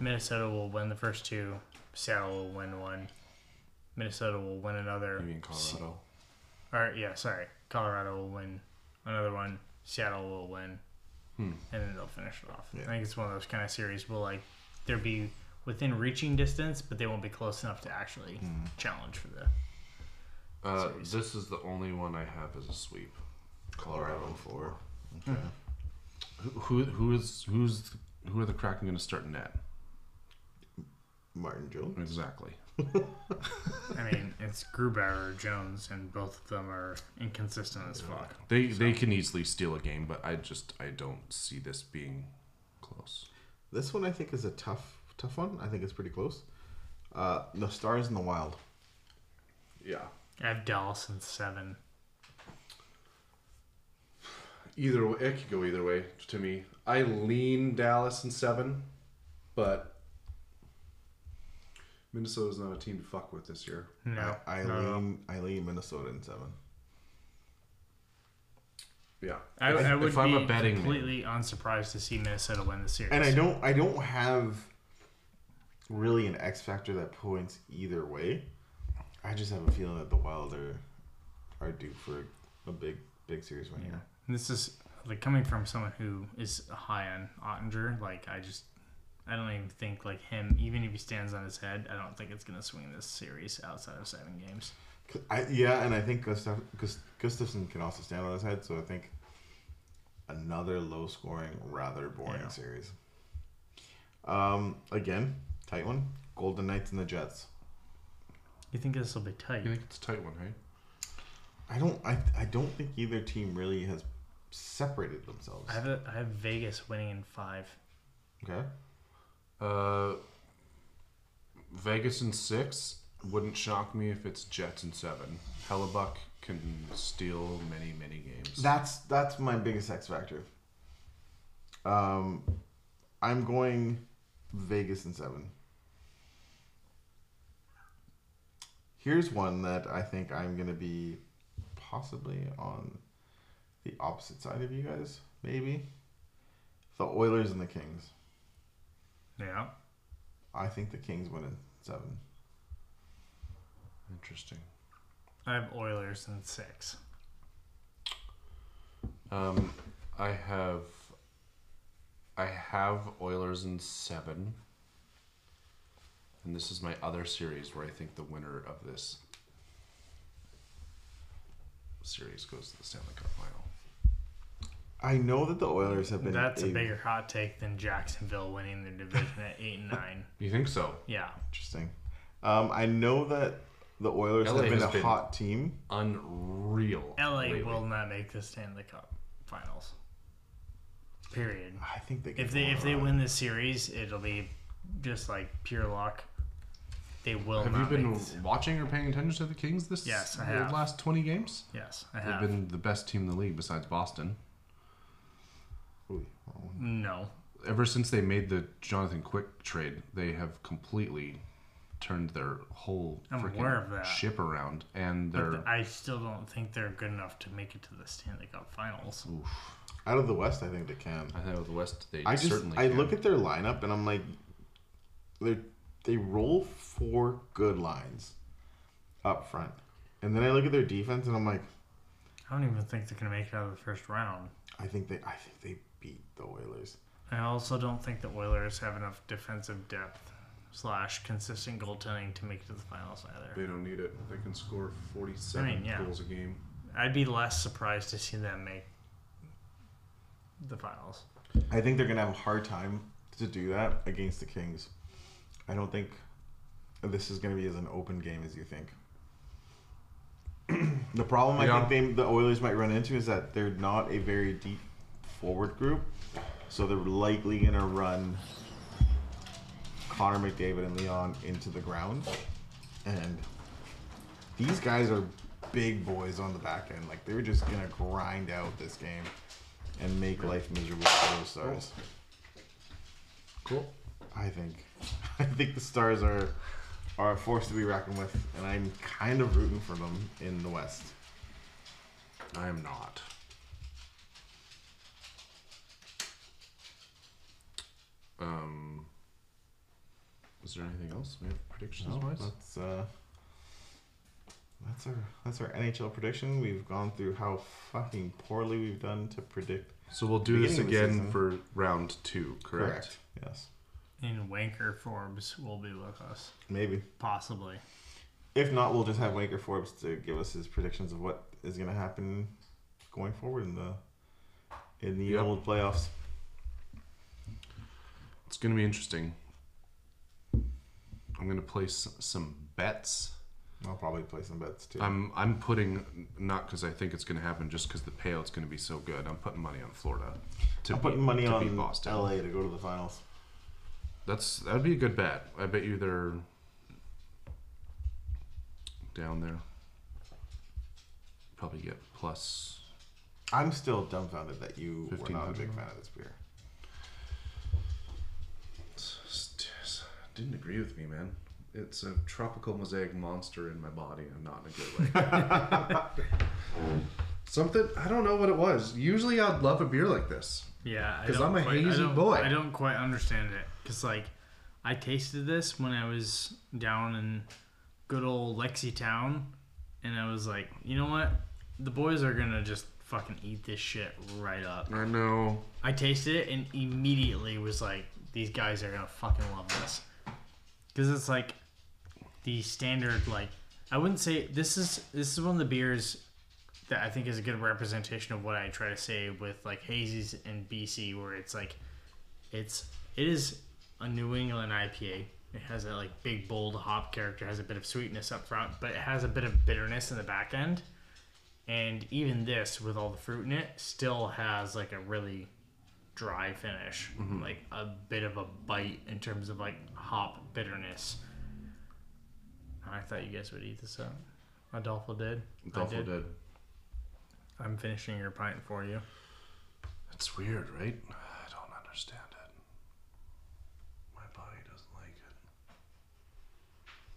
S2: Minnesota will win the first two, Seattle will win one, Minnesota will win another.
S3: you mean Colorado?
S2: Or yeah, sorry, Colorado will win another one, Seattle will win,
S3: Hmm.
S2: and then they'll finish it off. I think it's one of those kind of series where like there will be within reaching distance, but they won't be close enough to actually
S3: Hmm.
S2: challenge for the.
S3: Uh, this is the only one I have as a sweep.
S1: Colorado in four.
S3: Who- Who who is who's who are the Kraken going to start net?
S1: Martin Jones.
S3: Exactly.
S2: I mean, it's Grubauer or Jones, and both of them are inconsistent as fuck.
S3: They they can easily steal a game, but I just I don't see this being close.
S1: This one I think is a tough, tough one. I think it's pretty close. Uh, the Stars in the Wild.
S3: Yeah.
S2: I have Dallas in seven.
S3: Either way, it could go either way to me. I lean Dallas in seven, but Minnesota's not a team to fuck with this year.
S2: No,
S1: I, I
S2: not at all.
S1: lean, I lean Minnesota in seven.
S3: Yeah.
S2: I,
S3: If-
S2: I would
S3: if I'm
S2: be
S3: a betting man.
S2: completely unsurprised to see Minnesota win the series.
S1: And I don't, I don't have really an X factor that points either way. I just have a feeling that the Wild are are due for a big, big series win here.
S2: This is like coming from someone who is high on Ottinger. Like I just, I don't even think like him. Even if he stands on his head, I don't think it's gonna swing this series outside of seven games.
S1: I, yeah, and I think Gustaf, Gust, Gustafson can also stand on his head, so I think another low scoring, rather boring
S2: Yeah.
S1: series. Um, again, tight one. Golden Knights and the Jets.
S2: You think this will be tight?
S3: You think it's a tight one, hey?
S1: I don't, I, I don't think either team really has separated themselves.
S2: I have a, I have Vegas winning in five.
S1: Okay.
S3: Uh, Vegas in six wouldn't shock me if it's Jets in seven. Hellebuck can steal many many games.
S1: That's that's my biggest X factor. Um, I'm going Vegas in seven. Here's one that I think I'm gonna be possibly on the opposite side of you guys, maybe. The Oilers and the Kings.
S2: Yeah.
S1: I think the Kings win in seven.
S3: Interesting.
S2: I have Oilers in six.
S3: Um, I have I have Oilers in seven. And this is my other series where I think the winner of this series goes to the Stanley Cup final.
S1: I know that the Oilers have been.
S2: That's a bigger hot take than Jacksonville winning their division at eight and nine.
S3: You think so?
S2: Yeah.
S1: Interesting. Um, I know that the Oilers
S3: LA
S1: have been
S3: has
S1: a
S3: been-
S1: hot team.
S3: Unreal.
S2: LA
S3: lately.
S2: will not make the Stanley Cup Finals. Period.
S1: I think they. can
S2: If they
S1: pull
S2: if they
S1: around.
S2: win this series, it'll be just like pure luck. They will
S3: Have you
S2: not
S3: been
S2: make this.
S3: watching or paying attention to the Kings this
S2: Yes, I
S3: the
S2: have.
S3: last 20 games?
S2: Yes, I
S3: They've
S2: have.
S3: been the best team in the league besides Boston.
S1: Ooh, wrong one.
S2: No,
S3: Ever since they made the Jonathan Quick trade, they have completely turned their whole
S2: I'm
S3: frickin'
S2: aware of that.
S3: ship around and
S2: but
S3: they're
S2: th- I still don't think they're good enough to make it to the Stanley Cup Finals.
S3: oof.
S1: Out of the West, I think they can.
S3: I think with the West they
S1: I just
S3: certainly
S1: I
S3: can.
S1: look at their lineup and I'm like, they they roll four good lines up front, and then I look at their defense and I'm like,
S2: I don't even think they're gonna make it out of the first round.
S1: I think they I think they beat the Oilers.
S2: I also don't think the Oilers have enough defensive depth slash consistent goaltending to make it to the finals either.
S3: they don't need it. They can score 47
S2: I mean, yeah.
S3: goals a game.
S2: I'd be less surprised to see them make the finals.
S1: I think they're gonna have a hard time to do that against the Kings. I don't think this is gonna be as an open game as you think. the problem I
S3: Yeah.
S1: think they, the Oilers might run into is that they're not a very deep forward group, So they're likely going to run Connor McDavid and Leon into the ground. And these guys are big boys on the back end. Like, they're just going to grind out this game and make life miserable for those stars.
S3: Cool.
S1: I think. I think the Stars are are a force to be reckoned with, and I'm kind of rooting for them in the West.
S3: I am not. Um, is there anything else we have predictions wise?
S1: That's uh, that's our that's our NHL prediction. We've gone through how fucking poorly we've done to predict.
S3: So we'll do this
S1: Beginning of the
S3: again
S1: season.
S3: for round two, correct?
S1: Yes.
S2: In Wanker Forbes will be with us.
S1: Maybe.
S2: Possibly.
S1: If not, we'll just have Waker Forbes to give us his predictions of what is going to happen going forward in the in the
S3: Yep.
S1: old playoffs.
S3: It's going to be interesting. I'm going to place some bets.
S1: I'll probably play some bets too.
S3: I'm I'm putting not because I think it's going to happen, just because the payout's going to be so good. I'm putting money on Florida. To
S1: I'm
S3: beat-
S1: putting money
S3: to beat
S1: on LA to go to the finals.
S3: That's that'd be a good bet. I bet you they're down there. Probably get plus.
S1: I'm still dumbfounded that you were not a
S3: 1500.
S1: big fan of this beer.
S3: Didn't agree with me, man. It's a tropical mosaic monster in my body, and not in a good way. Something I don't know what it was. Usually, I'd love a beer like this.
S2: Yeah, I
S3: 'Cause
S2: don't
S3: I'm a
S2: quite- I
S3: hazy
S2: don't-
S3: boy.
S2: I don't quite understand it because like I tasted this when I was down in good old Lexi Town, and I was like, you know what, the boys are gonna just fucking eat this shit right up.
S3: I know.
S2: I tasted it and immediately was like, these guys are gonna fucking love this. Cause it's like the standard like I wouldn't say this is this is one of the beers that I think is a good representation of what I try to say with like hazies and BC where it's like it's it is a New England IPA. It has that like big bold hop character, has a bit of sweetness up front, but it has a bit of bitterness in the back end. And even this with all the fruit in it still has like a really dry finish, like a bit of a bite in terms of like hop bitterness. I thought you guys would eat this up. Adolfo did. I
S3: Duffel did.
S2: I'm finishing your pint for you.
S3: It's weird, right? I don't understand it. My body doesn't like it.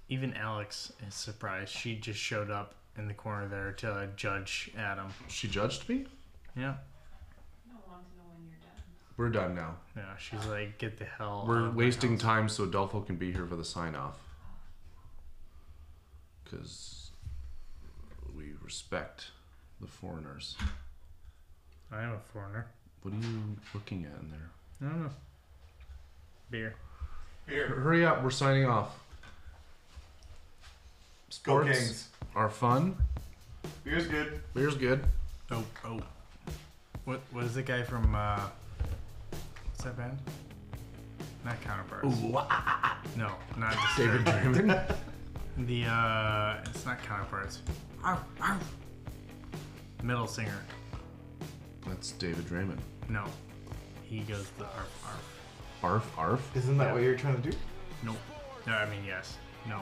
S2: Even Alex is surprised. She just showed up in the corner there to judge Adam.
S3: She judged me.
S2: Yeah.
S4: No one wants to know when you're done.
S3: We're done now.
S2: Yeah. She's like, get the hell. out
S3: We're
S2: of Oh, my
S3: wasting
S2: house."
S3: time so Adolfo can be here for the sign off. Because we respect the foreigners.
S2: I am a foreigner.
S3: What are you looking at in there?
S2: I don't know. Beer.
S3: Hurry up, we're signing off.
S1: Go
S3: Sports
S1: Kings.
S3: are fun.
S1: Beer's good.
S3: Beer's good.
S2: Oh, oh. What was the guy from, uh, what's that band? Not Counterparts. No, not
S3: David
S2: Disturbed.
S3: Draymond.
S2: the, uh, it's not Counterparts. Ow, ow. Middle singer.
S3: That's David Draymond.
S2: No. He goes the arf, arf.
S3: Arf, arf.
S1: Isn't that what you're trying to do?
S2: Nope. No, I mean, yes. No.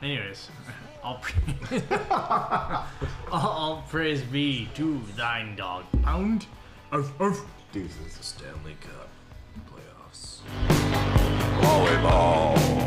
S2: Anyways, all praise, all praise be to thine dog pound. Arf, arf.
S1: Deuces.
S3: Stanley Cup playoffs.
S5: Volleyball.